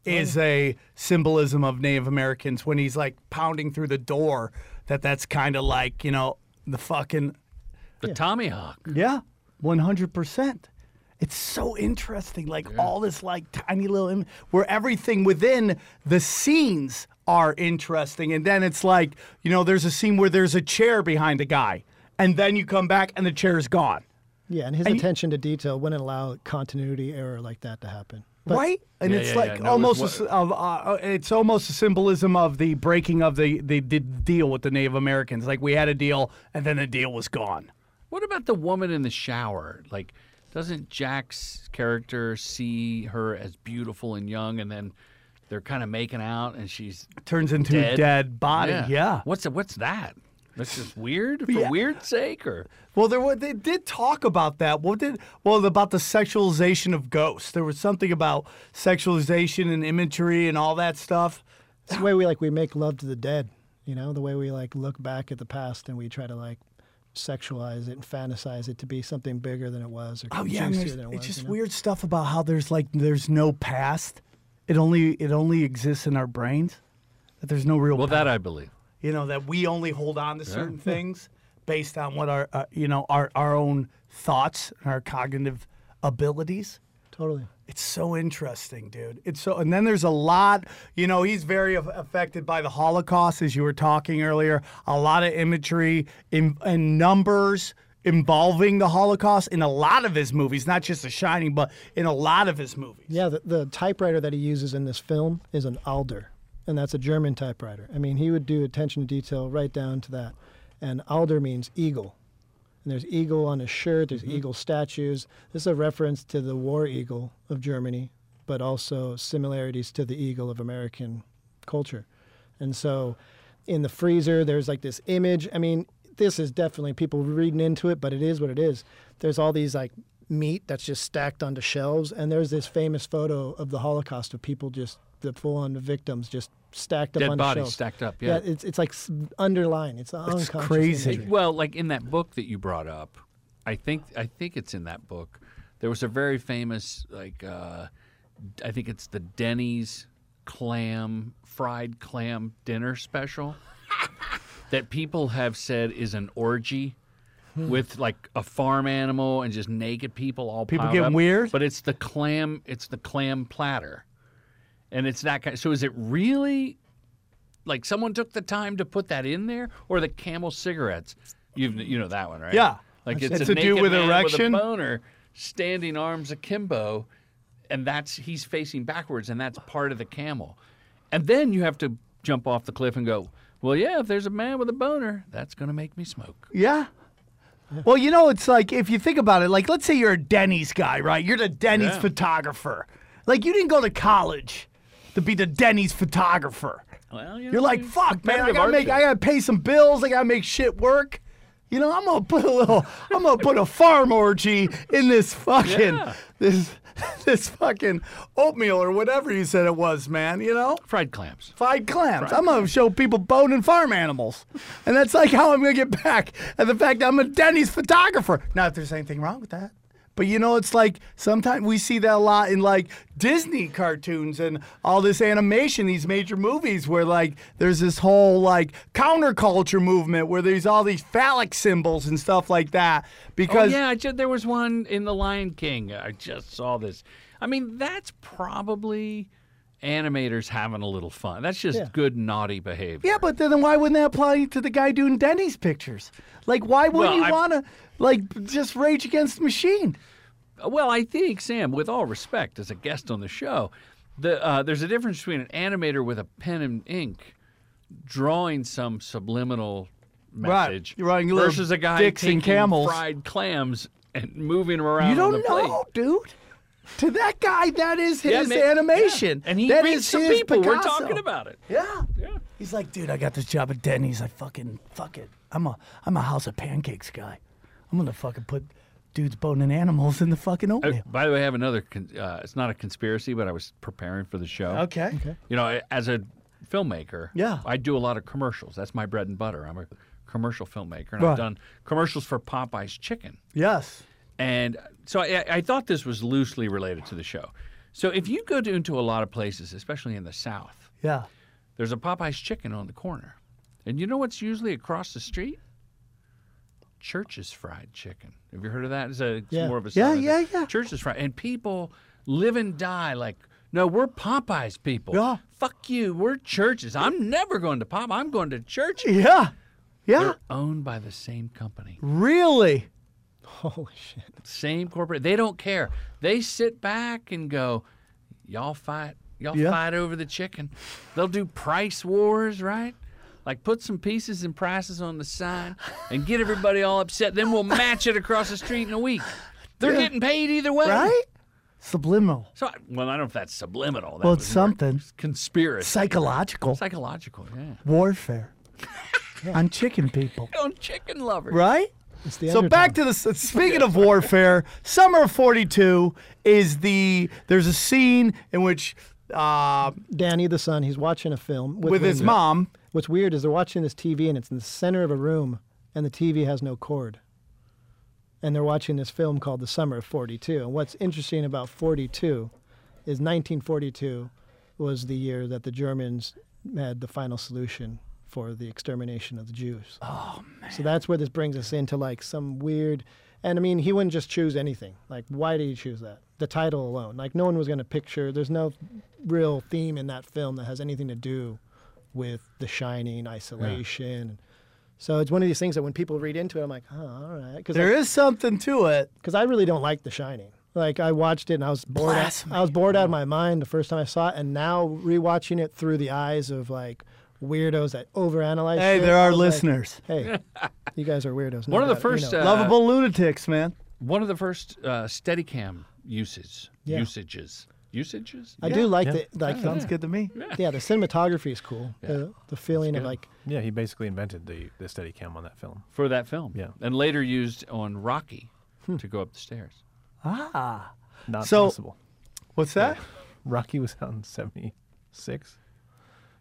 S7: is a symbolism of Native Americans when he's like pounding through the door. That that's kind of like you know the fucking
S10: The Tommy Hawk.
S7: yeah, one hundred percent. It's so interesting, like all this like tiny little im- where everything within the scenes are interesting, and then it's like you know there's a scene where there's a chair behind the guy, and then you come back and the chair is gone.
S8: Yeah, and his
S7: And you-
S8: attention to detail wouldn't allow continuity error like that to happen. But-
S7: right? And it's like almost a s- of, uh, uh, it's almost a symbolism of the breaking of the, the the deal with the Native Americans. Like we had a deal, and then the deal was gone.
S10: What about the woman in the shower? Like, doesn't Jack's character see her as beautiful and young, and then they're kind of making out, and she's
S7: Turns into a dead body, yeah.
S10: What's a, what's that? That's just weird for
S7: Yeah.
S10: weird sake, or
S7: Well, there were, they did talk about that. What did well about the sexualization of ghosts? There was something about sexualization and imagery and all that stuff.
S8: It's the way we like we make love to the dead, you know, the way we like look back at the past and we try to like sexualize it and fantasize it to be something bigger than it was or
S7: Oh yeah, and
S8: juicier
S7: there's-
S8: than it was.
S7: it's just
S8: you know?
S7: weird stuff about how there's like there's no past. It only it only exists in our brains. That there's no real.
S10: well, that I believe.
S7: you know that we only hold on to
S10: Yeah.
S7: certain things based on what our uh, you know our our own thoughts and our cognitive abilities
S8: Totally.
S7: It's so interesting, dude. It's so, and then there's a lot. You know, he's very af- affected by the Holocaust, as you were talking earlier. A lot of imagery in, and numbers involving the Holocaust in a lot of his movies, not just The Shining, but in a lot of his movies.
S8: Yeah, the, the typewriter that he uses in this film is an Alder, and that's a German typewriter. I mean, he would do attention to detail right down to that. And Alder means eagle. And there's eagle on his shirt, there's
S10: Mm-hmm.
S8: eagle statues. This is a reference to the war eagle of Germany, but also similarities to the eagle of American culture. And so in the freezer, there's like this image. I mean, this is definitely people reading into it, but it is what it is. There's all these like meat that's just stacked onto shelves, and there's this famous photo of the Holocaust of people just the full-on victims just stacked up
S10: Dead
S8: on
S10: bodies
S8: shelves.
S10: stacked up, yeah.
S8: it's it's like s- underlined. It's unconscious. imagery.
S10: Well, like in that book that you brought up, I think I think it's in that book. There was a very famous like uh, I think it's the Denny's clam fried clam dinner special that people have said is an orgy.
S7: Hmm.
S10: With like a farm animal and just naked people all
S7: People
S10: piled
S7: getting
S10: up.
S7: weird?
S10: but it's the clam it's the clam platter, and it's that kind. So is it really like someone took the time to put that in there, or the Camel cigarettes. You you know that one, right?
S7: Yeah.
S10: like
S7: That's- that's
S10: it's a,
S7: a dude
S10: naked
S7: with
S10: man
S7: erection.
S10: with a boner, standing arms akimbo, and that's he's facing backwards, and that's part of the camel. And then you have to jump off the cliff and go. Well, yeah, if there's a man with a boner, that's gonna make me smoke.
S7: Yeah. Well, you know, it's like if you think about it, like let's say you're a Denny's guy, right? You're the Denny's
S10: Yeah.
S7: photographer. Like you didn't go to college to be the Denny's photographer.
S10: Well,
S7: You're like, fuck, man, I
S10: competitive
S7: gotta make,
S10: architect.
S7: I gotta pay some bills, I gotta make shit work. You know, I'm gonna put a little, I'm gonna put a farm orgy in this fucking,
S10: Yeah.
S7: this, this fucking oatmeal or whatever you said it was, man. You know,
S10: fried Oh, clams,
S7: fried clams. I'm gonna show people boning farm animals, and that's like how I'm gonna get back at the fact that I'm a Denny's photographer. Not that there's anything wrong with that. But you know, it's like sometimes we see that a lot in like Disney cartoons and all this animation, these major movies where like there's this whole like counterculture movement where there's all these phallic symbols and stuff like that. Because
S10: oh, yeah, I ju- there was one in The Lion King. I just saw this. I mean, that's probably animators having a little fun. That's just
S7: Yeah.
S10: good naughty behavior.
S7: Yeah, but then why wouldn't that apply to the guy doing Denny's pictures? Like, why would
S10: Well,
S7: you
S10: I-
S7: want to, like, just rage against the machine?
S10: Well, I think Sam, with all respect, as a guest on the show, the uh, there's a difference between an animator with a pen and ink drawing some subliminal
S7: Right.
S10: message
S7: You're writing little
S10: versus a guy
S7: dicks and
S10: taking
S7: camels.
S10: fried clams and moving 'em around.
S7: You
S10: on
S7: don't
S10: the plate.
S7: know, dude. To that guy, that is
S10: Yeah,
S7: his
S10: ma-
S7: animation.
S10: yeah. and he
S7: That
S10: reached
S7: is
S10: some
S7: his
S10: people. We're
S7: Picasso.
S10: talking about it.
S7: Yeah. He's like, dude, I got this job at Denny's. I fucking fuck it. I'm a I'm a house of pancakes guy. I'm gonna fucking put dudes boning animals in the fucking
S10: Uh,
S7: oatmeal.
S10: by the way, I have another. Con- uh, it's not a conspiracy, but I was preparing for the show.
S7: Okay. Okay.
S10: You know, I- as a filmmaker,
S7: Yeah.
S10: I do a lot of commercials. That's my bread and butter. I'm a commercial filmmaker, and
S7: Right.
S10: I've done commercials for Popeye's Chicken.
S7: Yes.
S10: And so I, I thought this was loosely related to the show. So if you go to, into a lot of places, especially in the South,
S7: Yeah.
S10: there's a Popeye's Chicken on the corner, and you know what's usually across the street? Church's Fried Chicken. Have you heard of that? It's, a, it's
S7: Yeah.
S10: more of a
S7: Yeah,
S10: southern
S7: yeah,
S10: thing. Church's Fried, and people live and die like. No, we're Popeyes people.
S7: Yeah.
S10: Fuck you. We're churches. I'm never going to Popeye. I'm going to church.
S7: Yeah. Yeah.
S10: They're owned by the same company.
S7: Really?
S8: Holy shit.
S10: Same corporate. They don't care. They sit back and go, y'all fight. Y'all
S7: Yeah.
S10: fight over the chicken. They'll do price wars, right? Like put some pieces and prices on the sign and get everybody all upset. Then we'll match it across the street in a week. They're
S7: Yeah.
S10: getting paid either way.
S7: Right? Subliminal.
S10: So, I- well, I don't know if that's subliminal. That
S7: well,
S10: was
S7: it's
S10: more
S7: something.
S10: Conspiracy.
S7: Psychological.
S10: Psychological, yeah.
S7: Warfare. On chicken people.
S10: On chicken lovers.
S7: Right? so back to the speaking of warfare, Summer of 42 is the there's a scene in which uh,
S8: Danny, the son, he's watching a film
S7: With his mom.
S8: What's weird is they're watching this TV and it's in the center of a room and the TV has no cord. And they're watching this film called The Summer of 42. And what's interesting about 42 is 1942 was the year that the Germans had the final solution for the extermination of the Jews. Oh, man. So that's where this brings us into like some weird And I mean, he wouldn't just choose anything. Like, why did he choose that? The title alone. Like, no one was going to picture. There's no real theme in that film that has anything to do with The Shining, isolation. So it's one of these things that when people read into it, I'm like, oh, all right.
S7: There is something to it.
S8: Because I really don't like The Shining. Like I watched it and I was bored. Out, I was bored out of my mind the first time I saw it, and now rewatching it through the eyes of like weirdos that overanalyze.
S7: Hey,
S8: shit,
S7: there
S8: I
S7: are
S8: was like,
S7: listeners.
S8: hey, you guys are weirdos. no
S10: One of the
S8: doubt, you
S10: first,
S8: know.
S10: uh,
S7: Lovable lunatics, man.
S10: One of the first uh, Steadicam uses,
S8: Yeah.
S10: usages, usages.
S8: I
S10: Yeah.
S8: do like
S10: Yeah.
S8: the like.
S10: Yeah.
S8: the-
S10: Yeah.
S8: hmm. Yeah. the cinematography is cool. The, the feeling of
S10: good.
S8: like
S9: Yeah, he basically invented the the steady cam on that film.
S10: for that film.
S9: Yeah. Hmm.
S10: and later used on Rocky to go up the stairs.
S7: Ah.
S9: Not
S7: So-
S9: possible.
S7: What's that?
S9: Rocky was out in '76.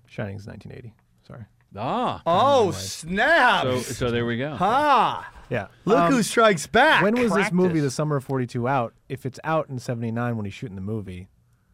S9: Shining's 1980. Sorry.
S10: Ah.
S7: Oh,
S9: Anyways.
S7: snap.
S10: So, so there we go.
S7: Ha.
S9: Yeah.
S7: Look
S9: Um,
S7: who strikes back.
S9: When was this movie, The Summer of 42, out? If it's out in 79 when he's shooting the movie,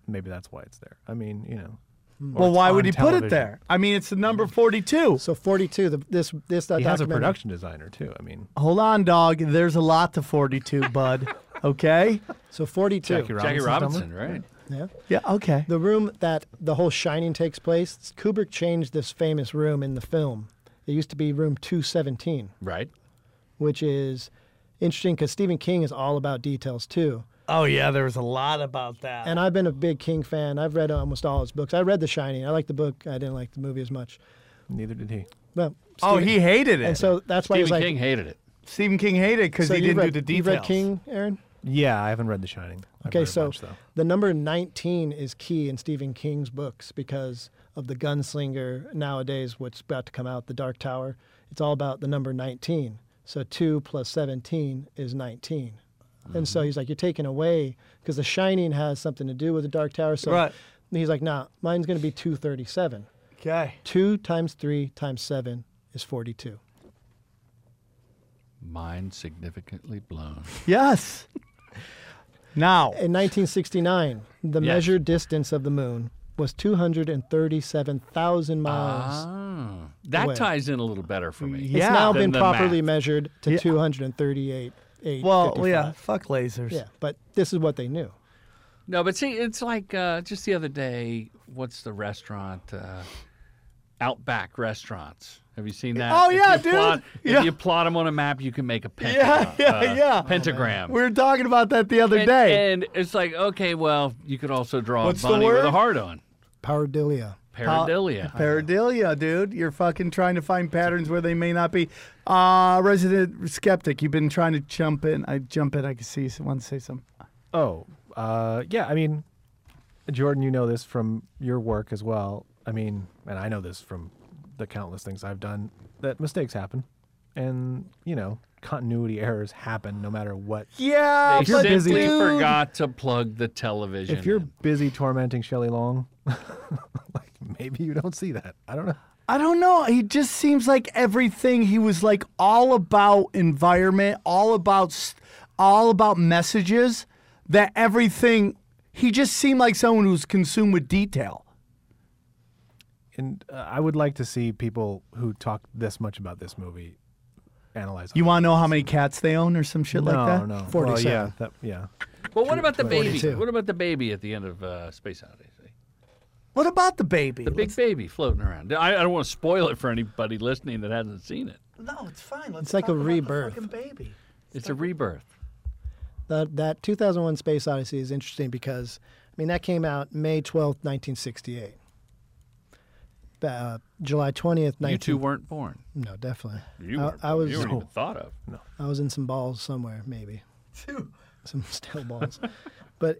S9: maybe that's why it's there. I mean, you know. or
S7: Well,
S9: it's
S7: why
S9: on
S7: would he put it
S9: television.
S7: there? I mean, it's the number 42.
S8: So 42, the, this this
S9: He has a
S7: documentary.
S9: production designer, too. I mean,
S7: Hold on, dog. There's a lot to 42, bud. Okay?
S8: So 42.
S9: Jackie Robinson's Jackie Robinson, number? right.
S8: Yeah.
S7: Yeah, okay.
S8: The room that the whole Shining takes place, Kubrick changed this famous room in the film. It used to be room 217,
S10: Right.
S8: which is interesting because Stephen King is all about details too.
S7: Oh, yeah, there was a lot about that.
S8: And I've been a big King fan. I've read almost all his books. I read The Shining. I liked the book. I didn't like the movie as much.
S9: Neither did he.
S8: But
S7: Oh,
S8: Stephen-
S7: he hated it.
S8: And so that's why he's like,
S10: hated it.
S7: Stephen King hated it because
S8: So
S7: he
S8: you
S7: didn't
S8: read-
S7: do the
S8: you
S7: details.
S8: read King, Aaron?
S9: yeah, I haven't read The Shining. I've
S8: Okay,
S9: read a
S8: so
S9: bunch, though.
S8: the number 19 is key in Stephen King's books because of the gunslinger nowadays, what's about to come out, The Dark Tower. It's all about the number 19. So 2 plus 17 is 19. And so he's like, you're taking away because The Shining has something to do with the Dark Tower. So
S7: Right.
S8: he's like, nah, mine's going to be 237.
S7: Okay.
S8: 2 times 3 times 7 is 42.
S10: Mind significantly blown.
S7: Yes. Now.
S8: In 1969, the
S10: Yes.
S8: measured distance of the moon was 237,000 miles.
S10: Ah, that
S8: away.
S10: ties in a little better for me.
S8: It's now
S10: than
S8: been
S10: the math.
S8: properly measured to 238.
S7: Well, yeah, fuck lasers.
S8: Yeah, but this is what they knew.
S10: No, but see, it's like uh, just the other day. What's the restaurant? Uh, Outback restaurants. Have you seen that?
S7: Oh,
S10: If
S7: yeah,
S10: you
S7: dude.
S10: Plot,
S7: Yeah.
S10: If you plot them on a map, you can make a
S7: Yeah,
S10: pentagon.
S7: yeah,
S10: uh,
S7: yeah.
S10: Pentagram.
S7: We were talking about that the other
S10: and,
S7: day.
S10: and it's like, okay, well, you could also draw
S7: What's
S10: a
S7: the
S10: bunny with
S7: word?
S10: a heart on.
S8: Paradilia.
S10: Paradilia.
S7: Pa- paradilia, dude. You're fucking trying to find patterns where they may not be. Uh, resident skeptic, you've been trying to jump in. I jump in. I can see someone say something.
S9: Oh, uh, yeah. I mean, Jordan, you know this from your work as well. I mean, and I know this from the countless things I've done that mistakes happen, and you know, continuity errors happen no matter what.
S7: Yeah,
S10: they
S9: but
S10: simply
S9: dude-
S10: forgot to plug the television.
S9: If you're
S10: in.
S9: busy tormenting Shelley Long, like maybe you don't see that. I don't know.
S7: I don't know. He just seems like everything. He was like all about environment, all about, s- all about messages. That everything. He just seemed like someone who's consumed with detail.
S9: And uh, I would like to see people who talk this much about this movie analyze.
S7: You want to know how many cats they own or some shit
S9: no,
S7: like that?
S9: no. Well, yeah, that, yeah.
S10: well, what about the baby?
S7: 42.
S10: What about the baby at the end of uh, Space Odyssey?
S7: What about the baby?
S10: The big baby floating around. I, I don't want to spoil it for anybody listening that hasn't seen it.
S7: No, it's fine. Let's
S8: It's like a
S7: talk about the
S8: rebirth.
S7: fucking baby.
S10: It's a rebirth.
S8: That, that 2001 Space Odyssey is interesting because, I mean, that came out May 12th, 1968. Ba- Uh, July 20th, 19...
S10: You two weren't born.
S8: No, definitely.
S10: You
S8: I,
S10: weren't.
S8: I was,
S10: you weren't even thought of. No.
S8: I was in some balls somewhere, maybe. Some stale balls. but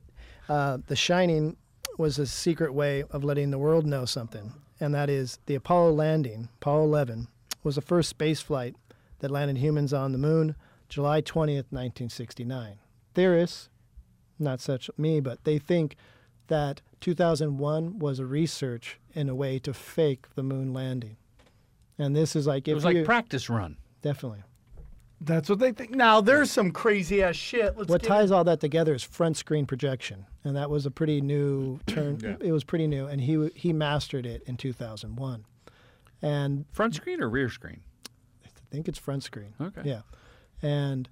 S8: uh, The Shining was a secret way of letting the world know something, and that is the Apollo landing, Apollo 11, was the first space flight that landed humans on the moon July 20th, 1969. Theorists, not such me, but they think that 2001 was a research in a way to fake the moon landing. And this is like if
S10: It was like
S8: you,
S10: practice run.
S8: definitely.
S7: That's what they think. Now there's some crazy ass shit. Let's
S8: what
S7: get
S8: ties all that together is front screen projection, and that was a pretty new turn.
S10: Yeah.
S8: It was pretty new, and he w- he mastered it in 2001. And
S10: Front screen or rear screen?
S8: I think it's front screen.
S10: Okay.
S8: Yeah, and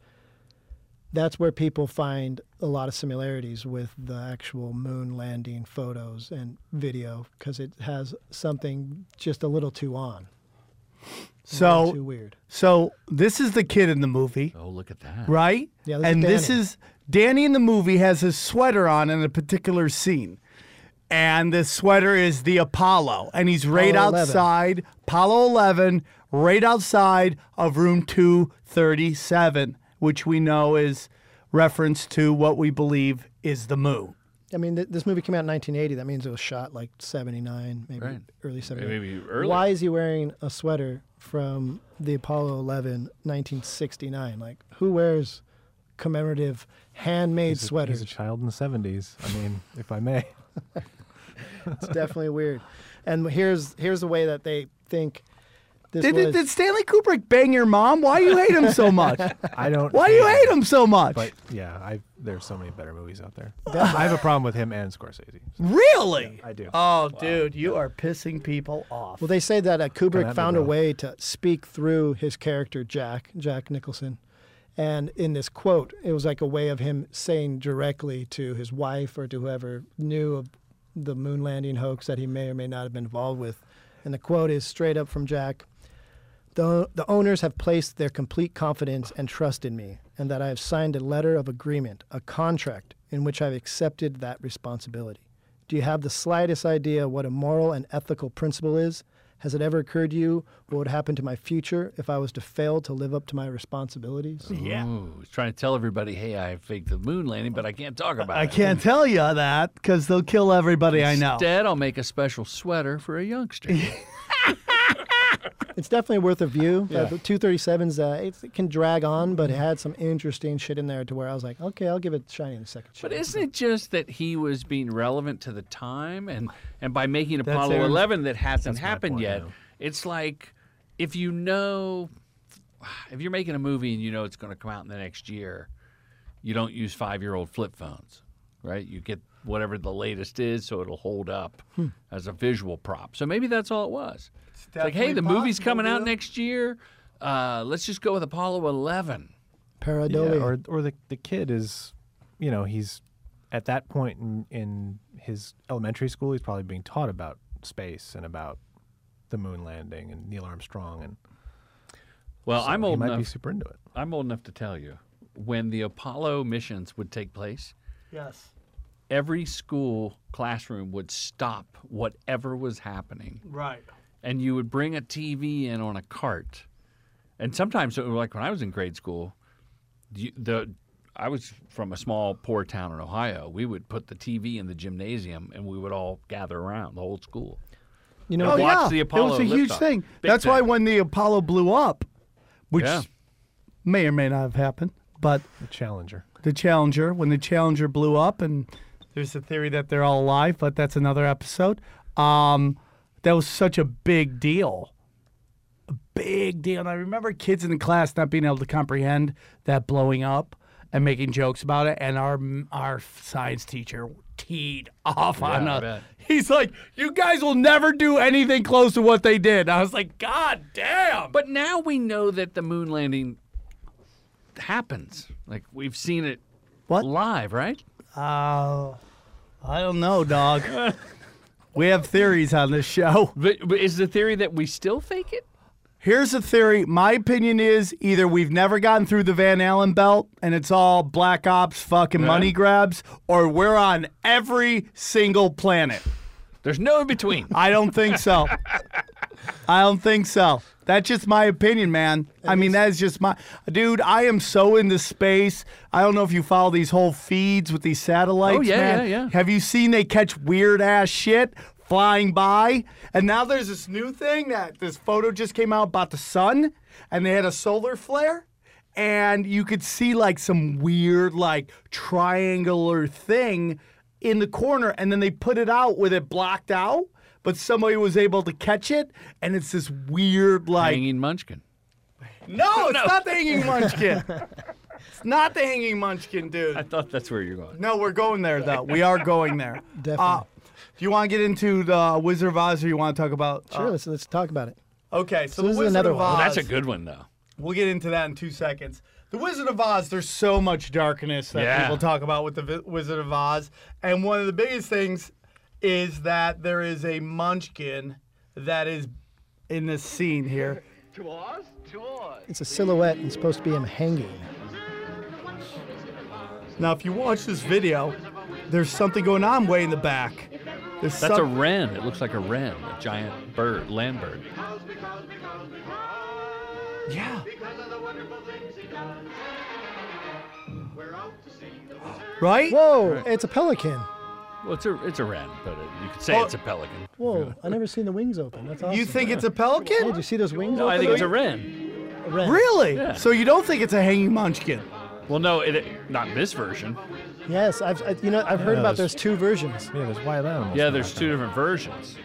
S8: that's where people find a lot of similarities with the actual moon landing photos and video because it has something just a little too on. A little
S7: So
S8: too weird.
S7: So this is the kid in the movie.
S10: Oh, look at that!
S7: Right?
S8: Yeah, look at
S7: and this
S8: Danny.
S7: is Danny in the movie has his sweater on in a particular scene, and the sweater is the Apollo, and he's right
S8: Apollo 11.
S7: outside Apollo Eleven, right outside of room two thirty seven, which we know is reference to what we believe is the moon.
S8: I mean, th- this movie came out in 1980. That means it was shot like 79, maybe
S10: Right.
S8: early 70.
S10: Maybe early.
S8: Why is he wearing a sweater from the Apollo 11 1969? Like, who wears commemorative handmade
S9: He's a-
S8: sweaters?
S9: He's a child in the 70s. I mean, if I may.
S8: it's definitely weird. And here's here's the way that they think this
S7: Did, did
S8: was-
S7: did Stanley Kubrick bang your mom? Why you hate him so much?
S9: I don't.
S7: Why do you hate him so much?
S9: But yeah, I there's so many better movies out there. I have a problem with him and Scorsese.
S7: Really?
S9: I do.
S7: Oh, dude, you are pissing people off.
S8: Well, they say that
S7: Come
S8: uh,
S7: at
S8: Kubrick
S7: me,
S8: found a
S7: bro.
S8: way to speak through his character Jack, Jack Nicholson. And in this quote, it was like a way of him saying directly to his wife or to whoever knew of the moon landing hoax that he may or may not have been involved with. And the quote is straight up from Jack the, the owners have placed their complete confidence and trust in me, and that I have signed a letter of agreement, a contract, in which I've accepted that responsibility. Do you have the slightest idea what a moral and ethical principle is? Has it ever occurred to you what would happen to my future if I was to fail to live up to my responsibilities?
S10: Ooh, he's trying to tell everybody, hey, I faked the moon landing, but I can't talk about it.
S7: I can't tell you that because they'll kill everybody I know.
S10: Instead, I'll make a special sweater for a youngster.
S8: It's definitely worth a view.
S10: Yeah.
S8: Uh, the 237's, uh, it's- it can drag on, but it had some interesting shit in there to where I was like, okay, I'll give it Shiny a second shot.
S10: But isn't it just that he was being relevant to the time, and and by making
S8: That's
S10: Apollo
S8: Aaron's-
S10: Eleven that hasn't
S8: that's my
S10: happened
S8: point,
S10: yet,
S8: yeah.
S10: it's like if you know, if you're making a movie and you know it's going to come out in the next year, you don't use five year old flip phones, right? You get whatever the latest is, so it'll hold up as a visual prop. So maybe that's all it was. It's, like, hey,
S7: definitely
S10: the movie's
S7: possible,
S10: coming out
S7: dude.
S10: next year. Uh, let's just go with Apollo Eleven.
S8: Pareidolia.
S9: or or the the kid is, you know, he's at that point in, in his elementary school, he's probably being taught about space and about the moon landing and Neil Armstrong and
S10: Well,
S9: So
S10: I'm
S9: he
S10: old
S9: might be
S10: enough.
S9: super into it.
S10: I'm old enough to tell you when the Apollo missions would take place,
S7: Yes.
S10: every school classroom would stop whatever was happening.
S7: Right.
S10: And you would bring a TV in on a cart. And sometimes, so, like when I was in grade school, you, the I was from a small poor town in Ohio. We would put the TV in the gymnasium, and we would all gather around the whole school.
S8: You
S10: and watch
S7: Oh, yeah.
S10: the Apollo.
S7: It was a huge
S10: liftoff.
S7: thing.
S10: Big
S7: That's
S10: thing.
S7: why when the Apollo blew up, which
S10: Yeah.
S7: may or may not have happened, but
S9: the Challenger.
S7: The Challenger, when the Challenger blew up, and there's a theory that they're all alive, but that's another episode. Um, that was such a big deal. A big deal. And I remember kids in the class not being able to comprehend that blowing up and making jokes about it. And our our science teacher teed off
S10: Yeah,
S7: on
S10: I
S7: us.
S10: bet.
S7: He's like, you guys will never do anything close to what they did. I was like, God damn.
S10: But now we know that the moon landing happens. Like we've seen it live, right?
S7: Uh, I don't know, dog. we have theories on this show.
S10: But, but is the theory that we still fake it?
S7: Here's the theory. My opinion is either we've never gotten through the Van Allen belt and it's all black ops, fucking money grabs, or we're on every single planet.
S10: There's no in between.
S7: I don't think so. I don't think so. That's just my opinion, man. I mean, that is just my dude. I am so into space. I don't know if you follow these whole feeds with these satellites.
S10: Oh, yeah,
S7: man.
S10: yeah, yeah.
S7: Have you seen they catch weird ass shit flying by? And now there's this new thing that this photo just came out about the sun, and they had a solar flare, and you could see like some weird like triangular thing in the corner, and then they put it out with it blocked out. But somebody was able to catch it, and it's this weird, like.
S10: Hanging munchkin.
S7: No, it's not the hanging munchkin. it's not the hanging munchkin, dude. I
S10: thought that's where you're going.
S7: No, we're going there though. We are going there.
S8: Definitely.
S7: Uh, do you want to get into the Wizard of Oz, or you want to talk about? uh,
S8: Sure, let's, let's talk about it.
S7: Okay, so,
S8: So
S7: the
S8: this is
S7: Wizard
S8: another
S7: of
S8: one.
S7: Oz.
S8: Well,
S10: That's a good one though.
S7: We'll get into that in two seconds. The Wizard of Oz, there's so much darkness that
S10: Yeah.
S7: people talk about with the Vi- Wizard of Oz. And one of the biggest things is that there is a munchkin that is in this scene here.
S8: It's a silhouette and it's supposed to be him hanging.
S7: Now, if you watch this video, there's something going on way in the back. There's
S10: That's a
S7: some-
S10: wren. It looks like a wren, a giant bird, land bird.
S7: Yeah. Right?
S8: Whoa, it's a pelican.
S10: Well, it's a it's a wren, but it, you could say
S8: Well-
S10: it's a pelican.
S8: Whoa, I never seen the wings open. That's awesome.
S7: You think it's a pelican?
S8: Did you see those wings?
S10: No, I
S8: open?
S10: think it's a wren.
S8: A wren.
S7: Really?
S10: Yeah.
S7: So you don't think it's a hanging munchkin?
S10: Well, no, it, not in this version.
S8: Yes, I've I, you know I've heard
S10: Yeah,
S8: about
S10: there's-
S8: there's two versions.
S9: Yeah, there's wild animals.
S10: Yeah, there's two different versions.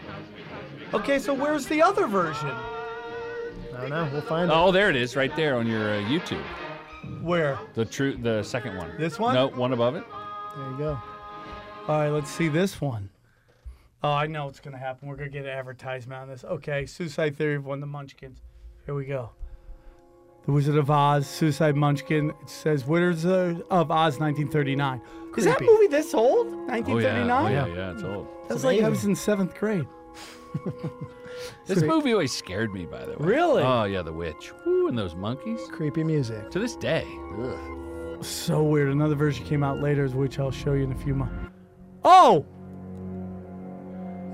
S7: Okay, so where's the other version?
S8: I don't know. We'll find
S10: Oh, there it is, right there on your uh, YouTube.
S7: Where?
S10: The true, the second one.
S7: This one?
S10: No, one above it.
S8: There you go.
S7: All right, let's see this one. Oh, I know what's gonna happen. We're gonna get an advertisement on this. Okay, Suicide Theory won the Munchkins. Here we go. The Wizard of Oz, Suicide Munchkin. It says Wizards of Oz, 1939. Is that
S8: Creepy.
S7: movie this old?
S10: Oh yeah,
S7: 1939.
S10: oh, yeah, yeah, it's old.
S7: That was like I was in seventh grade.
S10: This
S7: Sweet.
S10: movie always scared me, by the way.
S7: Really?
S10: Oh yeah, the witch. Woo, and those monkeys.
S8: Creepy music.
S10: To this day. Ugh.
S7: So weird. Another version came out later, which I'll show you in a few months. Oh!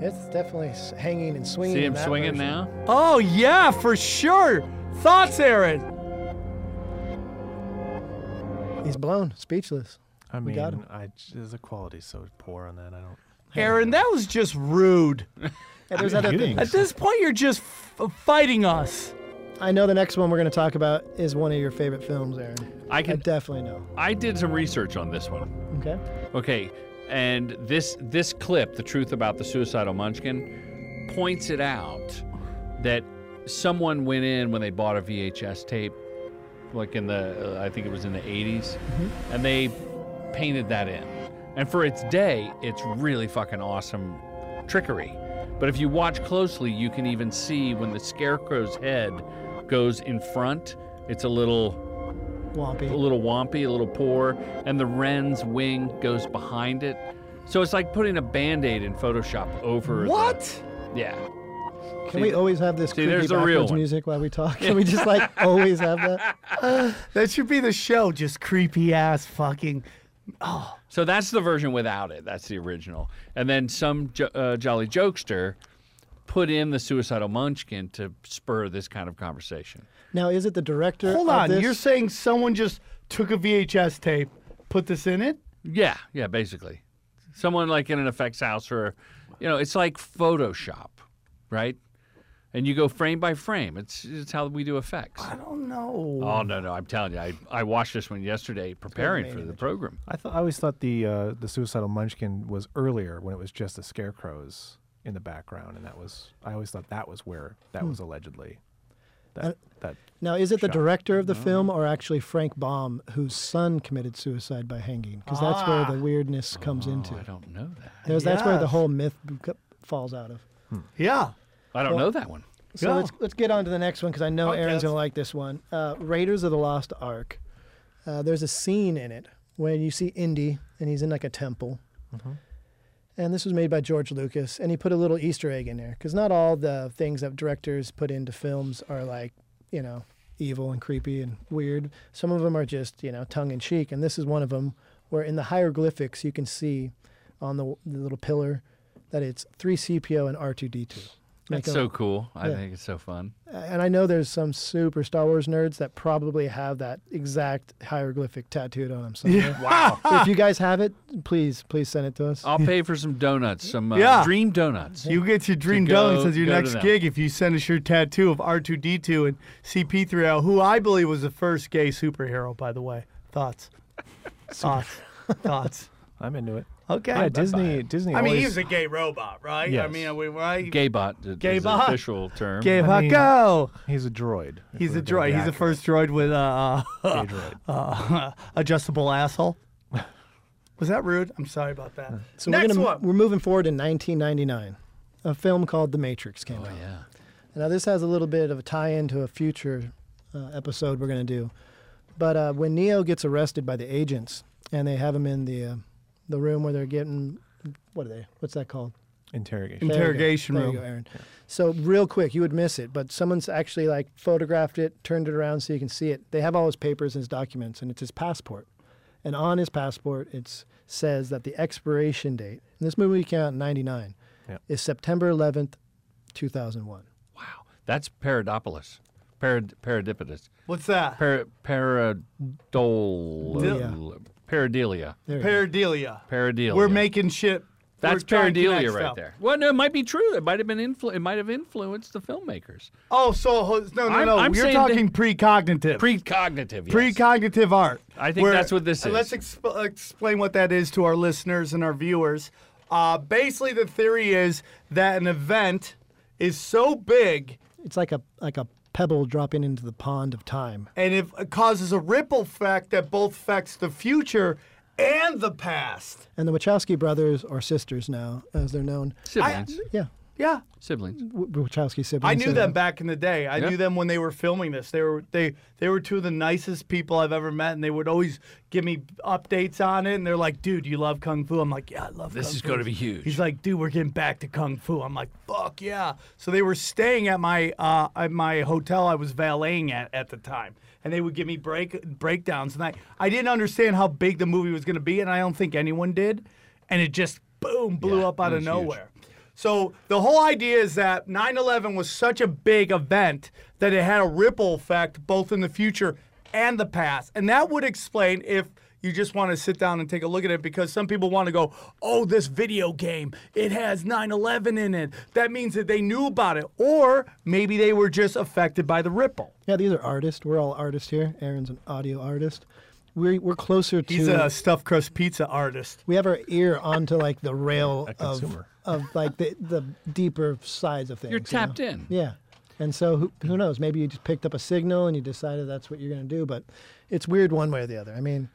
S8: It's definitely s- hanging and swinging.
S10: See
S8: in
S10: him
S8: that
S10: swinging
S8: version.
S10: now?
S7: Oh yeah, for sure. Thoughts, Aaron?
S8: He's blown, speechless.
S9: I
S8: We
S9: mean,
S8: got
S9: I j- the quality's so poor on that. I don't.
S7: Aaron, that was just rude.
S8: there's other things.
S7: At this point, you're just f- fighting us.
S8: I know the next one we're going to talk about is one of your favorite films, Aaron.
S10: I can.
S8: definitely know.
S10: I did some research on this one.
S8: Okay.
S10: Okay, and this this clip, the truth about the suicidal munchkin, points it out that someone went in when they bought a VHS tape, like in the uh, I think it was in the 80s, and they painted that in. And for its day, it's really fucking awesome trickery. But if you watch closely, you can even see when the scarecrow's head goes in front, it's a little a
S8: Wompy.
S10: little wompy, a little poor, and the wren's wing goes behind it. So it's like putting a band-aid in Photoshop over the-
S7: What?
S10: yeah.
S8: Can we always have this
S10: see,
S8: creepy
S10: there's the
S8: backwards
S10: real one.
S8: music while we talk? Can we just like always have that?
S7: That should be the show. Just creepy ass fucking.
S10: So that's the version without it. That's the original. And then some jo- uh, jolly jokester put in the suicidal munchkin to spur this kind of conversation.
S8: Now, is it the director?
S7: Hold
S8: of
S7: on.
S8: this?
S7: You're saying someone just took a VHS tape, put this in it?
S10: Yeah, yeah, basically. Someone like in an effects house or, you know, it's like Photoshop, right? And you go frame by frame. It's it's how we do effects.
S7: I don't know.
S10: Oh no, no! I'm telling you, I, I watched this one yesterday preparing for the program.
S9: I thought I always thought the uh, the suicidal munchkin was earlier when it was just the scarecrows in the background, and that was I always thought that was where
S7: Hmm.
S9: that was allegedly. That that
S8: Now, is it the
S9: Shot.
S8: director of the film or actually Frank Baum, whose son committed suicide by hanging? Because that's where
S10: Ah.
S8: the weirdness comes into.
S10: I don't know that.
S8: There's, That's where the
S7: Yes.
S8: whole myth beco- falls out of.
S7: Yeah.
S10: I don't know that one.
S8: So
S7: Yeah.
S8: let's let's get on to the next one because I know Aaron's gonna like this one. Uh, Raiders of the Lost Ark. Uh, there's a scene in it when you see Indy and he's in like a temple, and this was made by George Lucas, and he put a little Easter egg in there because not all the things that directors put into films are like you know evil and creepy and weird. Some of them are just you know tongue in cheek, and this is one of them where in the hieroglyphics you can see on the, the little pillar that it's three CPO and R two D two.
S10: It's so cool. I
S8: yeah.
S10: think it's so fun.
S8: And I know there's some super Star Wars nerds that probably have that exact hieroglyphic tattooed on them somewhere.
S10: Wow.
S8: if you guys have it, please, please send it to us.
S7: Uh,
S10: I'll pay for some donuts, some uh,
S7: Yeah.
S10: dream donuts.
S7: You get your dream
S10: go-
S7: donuts as your
S10: go to
S7: next
S10: them.
S7: gig if you send us your tattoo of R2D2 and CP3L, who I believe was the first gay superhero, by the way. Thoughts? Thoughts? Thoughts?
S9: I'm into it.
S7: Okay.
S9: Yeah, Disney Disney.
S7: I mean, he
S9: always-
S7: was a gay robot, right? I
S9: Yes.
S7: mean, are we right?
S10: Gaybot is
S7: Gay
S10: the
S7: bot.
S10: official term.
S7: Gay
S9: I
S7: bot
S9: mean,
S7: go.
S9: He's a droid. if
S7: He's
S9: we're
S7: a
S9: gonna
S7: droid. He's
S9: be
S7: the
S9: accurate.
S7: first droid with uh,
S9: A
S7: uh,
S9: droid.
S7: uh, adjustable asshole. Was that rude? I'm sorry about
S9: Uh,
S7: that.
S8: So
S7: Next
S8: we're gonna,
S7: one.
S8: We're moving forward in 1999. A film called The Matrix came out.
S10: Yeah.
S8: Now this has a little bit of a tie into a future uh, episode we're going to do. But uh, when Neo gets arrested by the agents and they have him in the uh, the room where they're getting what are they? What's that called?
S9: Interrogation.
S8: There you go.
S7: Interrogation
S8: There you
S7: room.
S8: go, Aaron. So real quick, you would miss it, but someone's actually like photographed it, turned it around so you can see it. They have all his papers and his documents, and it's his passport. And on his passport, it says that the expiration date. And this movie came out in '99.
S9: Yeah.
S8: Is September 11th, 2001.
S10: That's Paradopoulos. Parad- Paradipidus.
S7: What's that?
S10: Par- paradol.
S7: Dil-
S10: Paradelia.
S7: Paradelia.
S10: Paradelia.
S7: We're making shit.
S10: That's
S7: we're trying to connect
S10: paradelia right
S7: stuff.
S10: there. Well, no, it might be true. It might have been influ- It might have influenced the filmmakers.
S7: Oh, so ho- no, no,
S10: I'm-
S7: no.
S10: I'm
S7: You're
S10: saying that-
S7: talking precognitive.
S10: Precognitive. Yes.
S7: Precognitive art.
S10: I think that's what this
S7: and Let's exp- explain what that is to our listeners and our viewers. Uh, basically, the theory is that an event is so big
S8: It's like a like a pebble dropping into the pond of time.
S7: and if it causes a ripple effect that both affects the future and the past.
S8: And the Wachowski brothers or sisters now, as they're known.
S10: Siblings.
S8: yeah.
S7: Yeah.
S10: Siblings.
S8: W- Wachowski siblings.
S7: I knew
S8: and-
S7: them back in the day. I
S8: Yeah.
S7: knew them when they were filming this. They were they they were two of the nicest people I've ever met, and they would always give me updates on it. And they're like, "Dude, you love kung fu?" I'm like, "Yeah, I love."
S10: This
S7: kung
S10: is
S7: fu."
S10: gonna be huge.
S7: He's like, "Dude, we're getting back to kung fu." I'm like, "Fuck yeah!" So they were staying at my uh, at my hotel I was valeting at at the time, and they would give me break breakdowns, and I I didn't understand how big the movie was gonna be, and I don't think anyone did, and it just boom blew up out
S10: it
S7: of
S10: was huge.
S7: nowhere. So the whole idea is that 9/11 was such a big event that it had a ripple effect both in the future and the past. And that would explain if you just want to sit down and take a look at it because some people want to go, "Oh, this video game, it has 9/11 in it. That means that they knew about it or maybe they were just affected by the ripple."
S8: Yeah, these are artists. We're all artists here. Aaron's an audio artist. We're, we're closer to.
S7: He's a stuffed crust pizza artist.
S8: we have our ear onto like the rail of,
S7: consumer.
S8: of like the, the deeper sides of things.
S10: You're
S8: you know?
S10: tapped in.
S8: Yeah. And so who, who knows? Maybe you just picked up a signal and you decided that's what you're going to do. But it's weird one way or the other. I mean,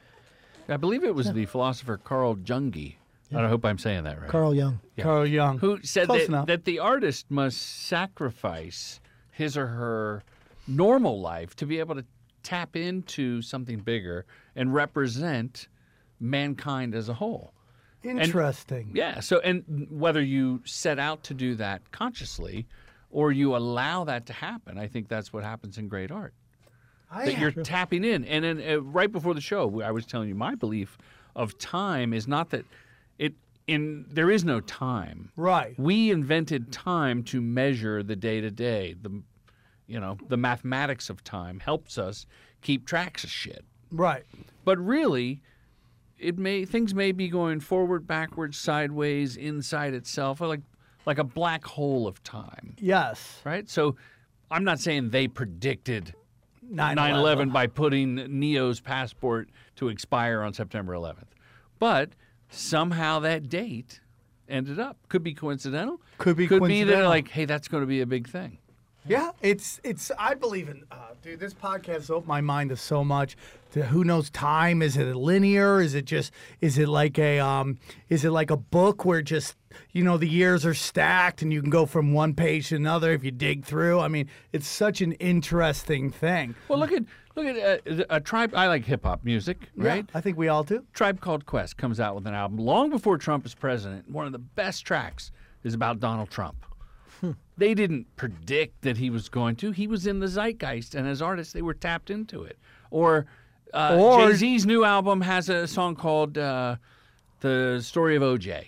S10: I believe it was the philosopher Carl Jungi. I hope I'm saying that right.
S8: Carl Jung.
S7: Carl Jung.
S10: Who said
S7: Close
S10: that,
S7: enough.
S10: that the artist must sacrifice his or her normal life to be able to tap into something bigger and represent mankind as a whole. And-
S7: Interesting.
S10: yeah. So, and whether you set out to do that consciously or you allow that to happen, I think that's what happens in great art.
S7: I
S10: that you're
S7: have-
S10: tapping in. And then uh, right before the show, I was telling you my belief of time is not that it in there is no time.
S7: Right.
S10: We invented time to measure the day to day. The you know, the mathematics of time helps us keep tracks of shit.
S7: Right.
S10: But really, it may things may be going forward, backwards, sideways, inside itself, or like like a black hole of time.
S7: Yes.
S10: Right? So I'm not saying they predicted 9
S7: 9/11.
S10: 11 by putting Neo's passport to expire on September 11th. But somehow that date ended up. Could be coincidental.
S7: Could be
S10: Could be that,
S7: coincidental.
S10: like, hey, that's going to be a big thing.
S7: Yeah, it's it's. I believe in, uh, dude. This podcast opened my mind to so much. To who knows time? Is it linear? Is it just? Is it like a? Um, is it like a book where just you know the years are stacked and you can go from one page to another if you dig through? I mean, it's such an interesting thing.
S10: Well, look at look at uh, a tribe. I like hip hop music,
S7: Yeah,
S10: right?
S7: I think we all do.
S10: Tribe Called Quest comes out with an album long before Trump is president. One of the best tracks is about Donald Trump. They didn't predict that he was going to. He was in the zeitgeist, and as artists, they were tapped into it. Or, uh,
S7: Or-
S10: Jay Z's new album has a song called uh, "The Story of OJ."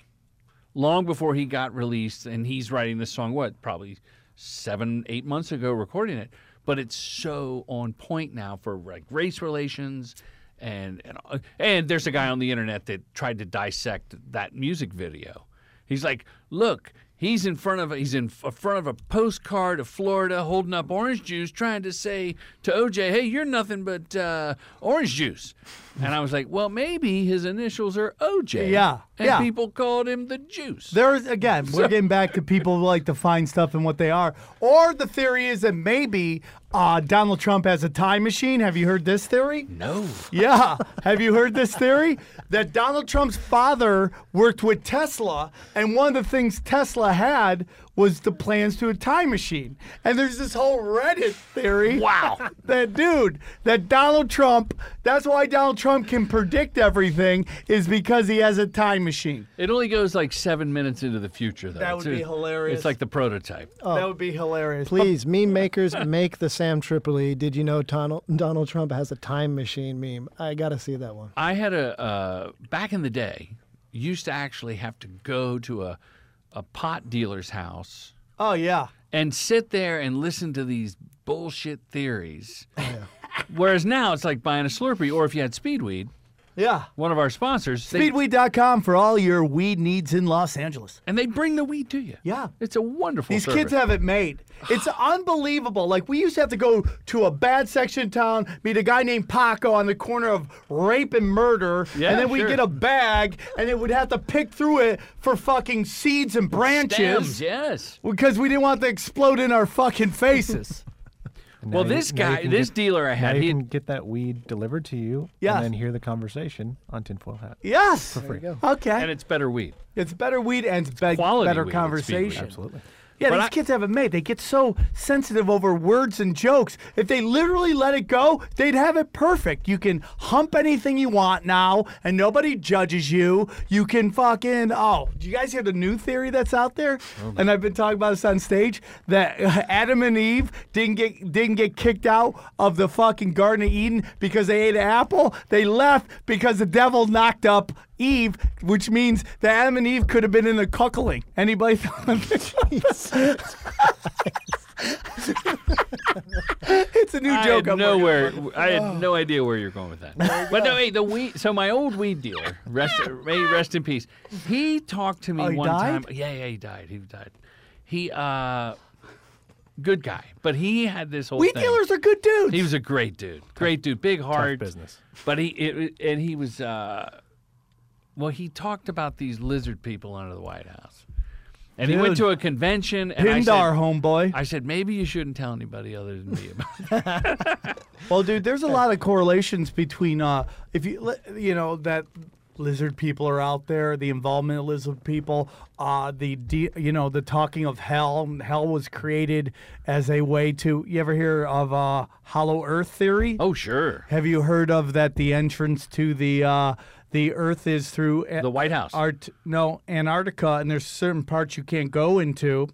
S10: Long before he got released, and he's writing this song. What probably seven, eight months ago, recording it. But it's so on point now for like race relations, and and and there's a guy on the internet that tried to dissect that music video. He's like, look, he's in front of he's in f- front of a postcard of Florida, holding up orange juice, trying to say to OJ, hey, you're nothing but uh, orange juice. And I was like, well, maybe his initials are OJ.
S7: Yeah,
S10: and
S7: yeah.
S10: people called him the Juice.
S7: There's again, we're getting back to people who like to find stuff and what they are. Or the theory is that maybe uh, Donald Trump has a time machine. Have you heard this theory?
S10: No.
S7: Yeah. Have you heard this theory? That Donald Trump's father worked with Tesla, and one of the things Tesla had was the plans to a time machine. And there's this whole Reddit theory.
S10: Wow.
S7: that dude, that Donald Trump, that's why Donald Trump can predict everything, is because he has a time machine.
S10: It only goes like seven minutes into the future, though.
S7: That would
S10: It's-
S7: be hilarious.
S10: It's like the prototype.
S7: that would be hilarious.
S8: Please, meme makers, make the Sam Tripoli. Did you know Donald, Donald Trump has a time machine meme? I gotta see that one.
S10: I had a uh, back in the day. Used to actually have to go to a a pot dealer's house
S7: Oh, yeah.
S10: and sit there and listen to these bullshit theories.
S7: Oh,
S10: Whereas now it's like buying a Slurpee, or if you had Speedweed,
S7: yeah,
S10: one of our sponsors, they-
S7: Speedweed.com for all your weed needs in Los Angeles.
S10: and they bring the weed to you.
S7: Yeah.
S10: It's a wonderful.
S7: These
S10: service.
S7: kids have it made. It's unbelievable. Like we used to have to go to a bad section of town, meet a guy named Paco on the corner of rape and murder,
S10: Yeah,
S7: and then we'd
S10: sure.
S7: get a bag, and then we'd have to pick through it for fucking seeds and branches.
S10: Stems, yes.
S7: Because we didn't want to explode in our fucking faces.
S10: Well, this guy- this dealer I had,
S9: now you
S10: he-
S9: can get that weed delivered to you,
S7: Yes.
S9: and then hear the conversation on Tinfoil Hat.
S7: yes.
S9: For free.
S7: Okay.
S10: And it's better weed.
S7: It's better weed and it's, be-
S10: quality
S7: better
S10: weed, it's
S7: conversation.
S10: speed weed. Absolutely.
S7: Yeah,
S10: But
S7: these
S10: I-
S7: kids have it made. They get so sensitive over words and jokes. If they literally let it go, they'd have it perfect. You can hump anything you want now, and nobody judges you. You can fucking oh, do you guys hear the new theory that's out there?
S10: Oh,
S7: and I've been talking about this on stage that Adam and Eve didn't get didn't get kicked out of the fucking Garden of Eden because they ate an apple. They left because the devil knocked up Eve, which means that Adam and Eve could have been in the cuckling. Anybody? it's a new
S10: I
S7: joke. I'm
S10: Had
S7: "Oh
S10: nowhere,
S7: working on.
S10: I had no idea where you're going with that. But no, hey, the weed. So my old weed dealer, rest may he rest in peace. He talked to me
S14: Oh,
S10: one
S14: he
S10: time.
S14: died?
S10: Yeah, yeah, he died. He died. He uh, good guy. But he had this whole.
S7: Weed
S10: thing.
S7: dealers are good dudes.
S10: He was a great dude. Great dude. Big heart.
S9: business.
S10: But he it, it- and he was. Uh, well, he talked about these lizard people under the White House. And he went
S7: Dude.
S10: to a convention and I said,
S7: Pindar, homeboy.
S10: I said maybe you shouldn't tell anybody other than me about
S7: Well, dude, there's a lot of correlations between uh, if you li- you know that lizard people are out there, the involvement of lizard people, uh, the de- you know the talking of hell. and Hell was created as a way to. You ever hear of uh, hollow Earth theory?
S10: Oh, sure.
S7: Have you heard of that? The entrance to the uh, the Earth is through the
S10: White House.
S7: Art no Antarctica, and there's certain parts you can't go into.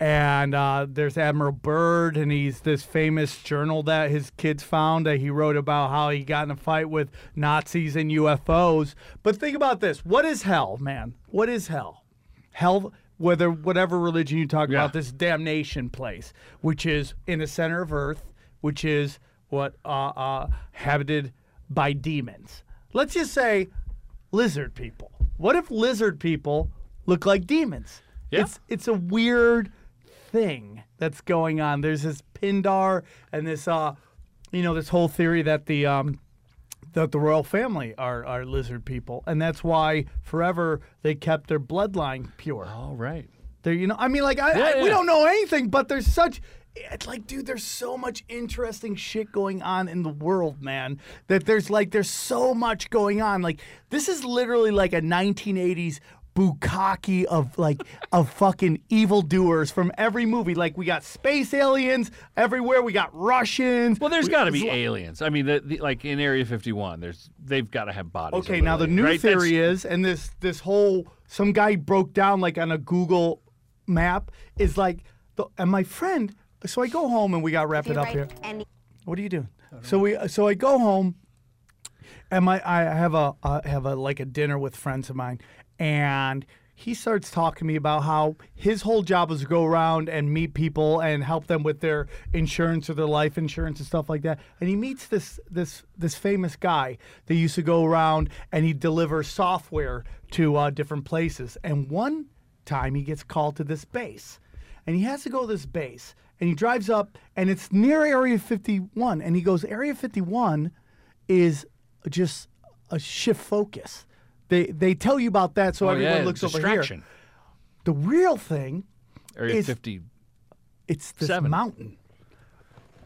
S7: And uh, there's Admiral Byrd, and he's this famous journal that his kids found that he wrote about how he got in a fight with Nazis and UFOs. But think about this: what is hell, man? What is hell? Hell, whether whatever religion you talk about, this damnation place, which is in the center of Earth, which is what uh, uh, habited by demons. Let's just say lizard people. What if lizard people look like demons? It's it's a weird thing that's going on. There's this Pindar and this uh you know, this whole theory that the um that the royal family are, are lizard people, and that's why forever they kept their bloodline pure.
S10: All right,
S7: they you know, I mean, like I,
S10: Yeah,
S7: I- we
S10: yeah.
S7: don't know anything, but there's such. It's like, dude, there's so much interesting shit going on in the world, man. That there's like, there's so much going on. Like, this is literally like a 1980s bukkake of like of fucking evildoers from every movie. Like, we got space aliens everywhere. We got Russians.
S10: Well, there's
S7: We-
S10: got to be
S7: it's like-
S10: aliens. I mean, the, the, like in Area 51, there's they've got to have bodies. of
S7: Okay, now the
S10: aliens,
S7: new
S10: right? That's-
S7: theory is, and this this whole some guy broke down like on a Google map is like, the, and my friend. So I go home and we got to wrap it up here. What are you doing? So we so I go home, and my I have a I have a like a dinner with friends of mine, and he starts talking to me about how his whole job was to go around and meet people and help them with their insurance or their life insurance and stuff like that. And he meets this this this famous guy that used to go around and he delivers software to uh, different places. And one time he gets called to this base and he has to go to this base and he drives up and it's near area 51 and he goes area 51 is just a shift focus they they tell you about that so
S10: Oh,
S7: everyone
S10: yeah,
S7: looks
S10: distraction.
S7: over here the real thing
S10: Area
S7: is
S10: 50.
S7: it's this
S10: Seven.
S7: mountain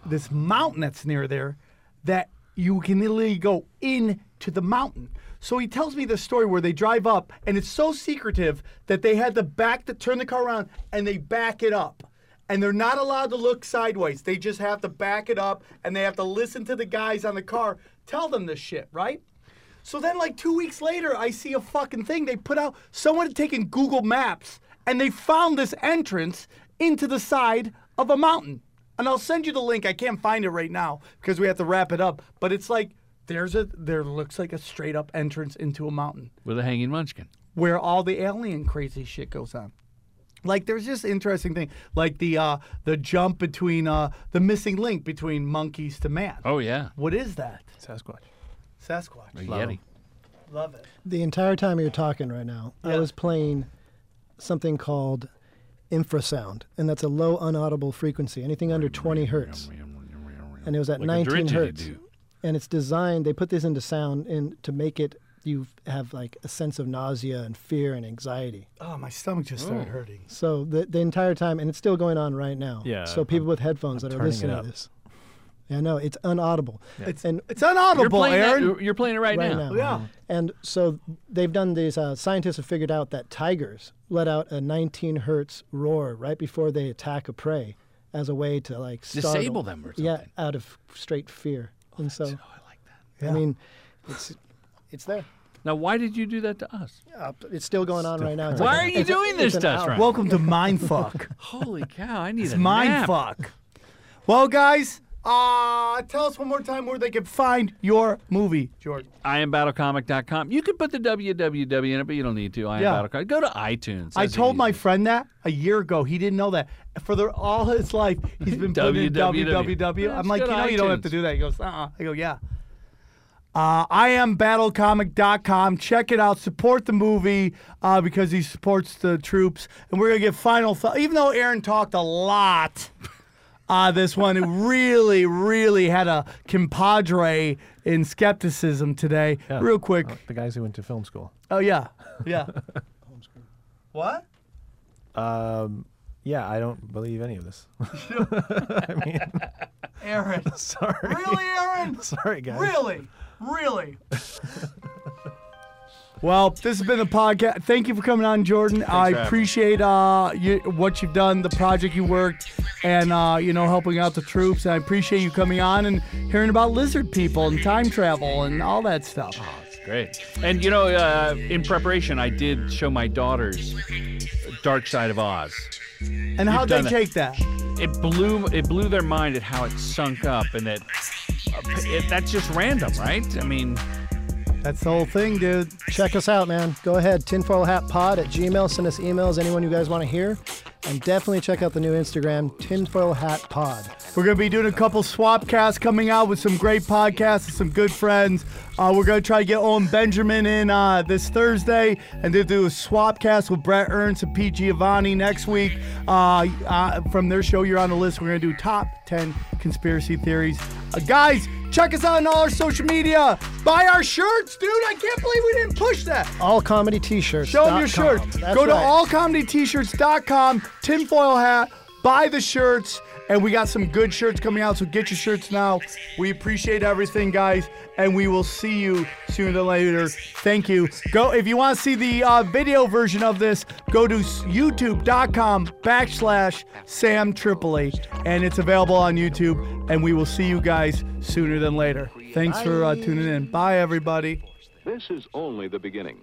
S7: this mountain that's near there that you can literally go into the mountain. So he tells me this story where they drive up, and it's so secretive that they had to back to turn the car around and they back it up. And they're not allowed to look sideways. They just have to back it up and they have to listen to the guys on the car tell them this shit, right? So then, like two weeks later, I see a fucking thing they put out. Someone had taken Google Maps and they found this entrance into the side of a mountain. And I'll send you the link. I can't find it right now because we have to wrap it up. But it's like there's a there looks like a straight up entrance into a mountain
S10: with a hanging munchkin.
S7: where all the alien crazy shit goes on. Like there's just interesting thing, like the uh, the jump between uh, the missing link between monkeys to man.
S10: Oh yeah,
S7: What is that?
S9: Sasquatch.
S7: Sasquatch.
S10: Or Love Yeti.
S7: Love it.
S8: The entire time you're talking right now, I was playing something called infrasound, and that's a low unaudible frequency, anything under 20 hertz. And it was at
S10: Like a
S8: 19
S10: didgeridoo.
S8: hertz. And it's designed, they put this into sound in, to make it, you have like a sense of nausea and fear and anxiety.
S7: Oh, my stomach just started hurting.
S8: So the, the entire time, and it's still going on right now.
S7: Yeah,
S8: So people with headphones that are
S7: turning it
S8: listening to
S7: up.
S8: this. Yeah, no, it's unaudible.
S7: Yeah. It's-
S8: and
S7: it's unaudible, You're playing that- Aaron. you're playing it right now.
S8: now.
S7: Yeah.
S8: And so they've done these. Uh, scientists have figured out that tigers let out a 19 hertz roar right before they attack a prey, as a way to like startle,
S10: Disable them or
S8: Yeah, out of straight fear. and so,
S10: Oh,
S8: I like that. I mean, it's it's there.
S10: Now, why did you do that to us?
S8: Uh, it's still going on right now. It's
S10: Why
S8: like-
S10: are you
S8: it's a-
S10: doing
S8: it's
S10: this
S8: an
S10: to us?
S8: hour.
S10: Ryan?
S7: Welcome to Mindfuck.
S10: Holy cow! I need
S7: It's
S10: a
S7: mind
S10: nap.
S7: fuck. Well, guys, uh, tell us one more time where they can find your movie, George.
S10: I am battlecomic.com. You could put the www in it, but you don't need to. I am
S7: Yeah.
S10: battlecomic. Go to iTunes.
S7: I
S10: That's
S7: told
S10: easy.
S7: my friend that a year ago. He didn't know that. For the, all his life, he's been putting in
S10: WWW.
S7: www.
S10: Yeah,
S7: I'm
S10: it's
S7: like, you
S10: good
S7: know, you don't have
S10: iTunes.
S7: to do that. He goes, uh, uh I go, yeah. Uh, I am battlecomic.com. Check it out. Support the movie uh, because he supports the troops. And we're going to get final thoughts. Even though Aaron talked a lot uh, this one, it really, really had a compadre in skepticism today.
S9: Yeah.
S7: Real quick.
S9: Uh, the guys who went to film school.
S7: Oh, yeah. Yeah. what?
S9: Um, yeah, I don't believe any of this. I mean,
S7: Aaron.
S9: sorry.
S7: Really, Aaron?
S9: Sorry, guys.
S7: Really? Really? well, this has been the podcast. Thank you for coming on, Jordan. I
S9: having me.
S7: appreciate uh, you, what you've done, the project you worked, and uh, you know helping out the troops. And I appreciate you coming on and hearing about lizard people and time travel and all that stuff.
S10: Great. And you know, uh, in preparation, I did show my daughters Dark Side of Oz.
S7: And how'd they
S10: done it.
S7: take that?
S10: It blew it blew their mind at how it sunk up and that uh, it, that's just random, right? I mean,
S7: That's the whole thing, dude.
S8: Check us out, man. Go ahead, tinfoil hat pod at Gmail. Send us emails, anyone you guys want to hear. And definitely check out the new Instagram, tinfoil hat pod.
S7: We're going to be doing a couple swap casts coming out with some great podcasts and some good friends. Uh, we're going to try to get Owen Benjamin in uh, this Thursday and then do a swap cast with Brett Ernst and Pete Giovanni next week. Uh, uh, from their show, you're on the list. We're going to do top 10 conspiracy theories. Uh, guys, check us out on all our social media. Buy our shirts, dude. I can't believe we didn't push that.
S8: All comedy t shirts.
S7: Show them your shirts. Go to allcomedytshirts.com, tinfoil hat, buy the shirts, and we got some good shirts coming out, so get your shirts now. We appreciate everything, guys, and we will see you sooner than later. Thank you. Go if you want to see the uh, video version of this, go to s- youtube.com backslash Sam Tripoli, and it's available on YouTube. And we will see you guys sooner than later. Thanks for uh, tuning in. Bye, everybody.
S12: This is only the beginning.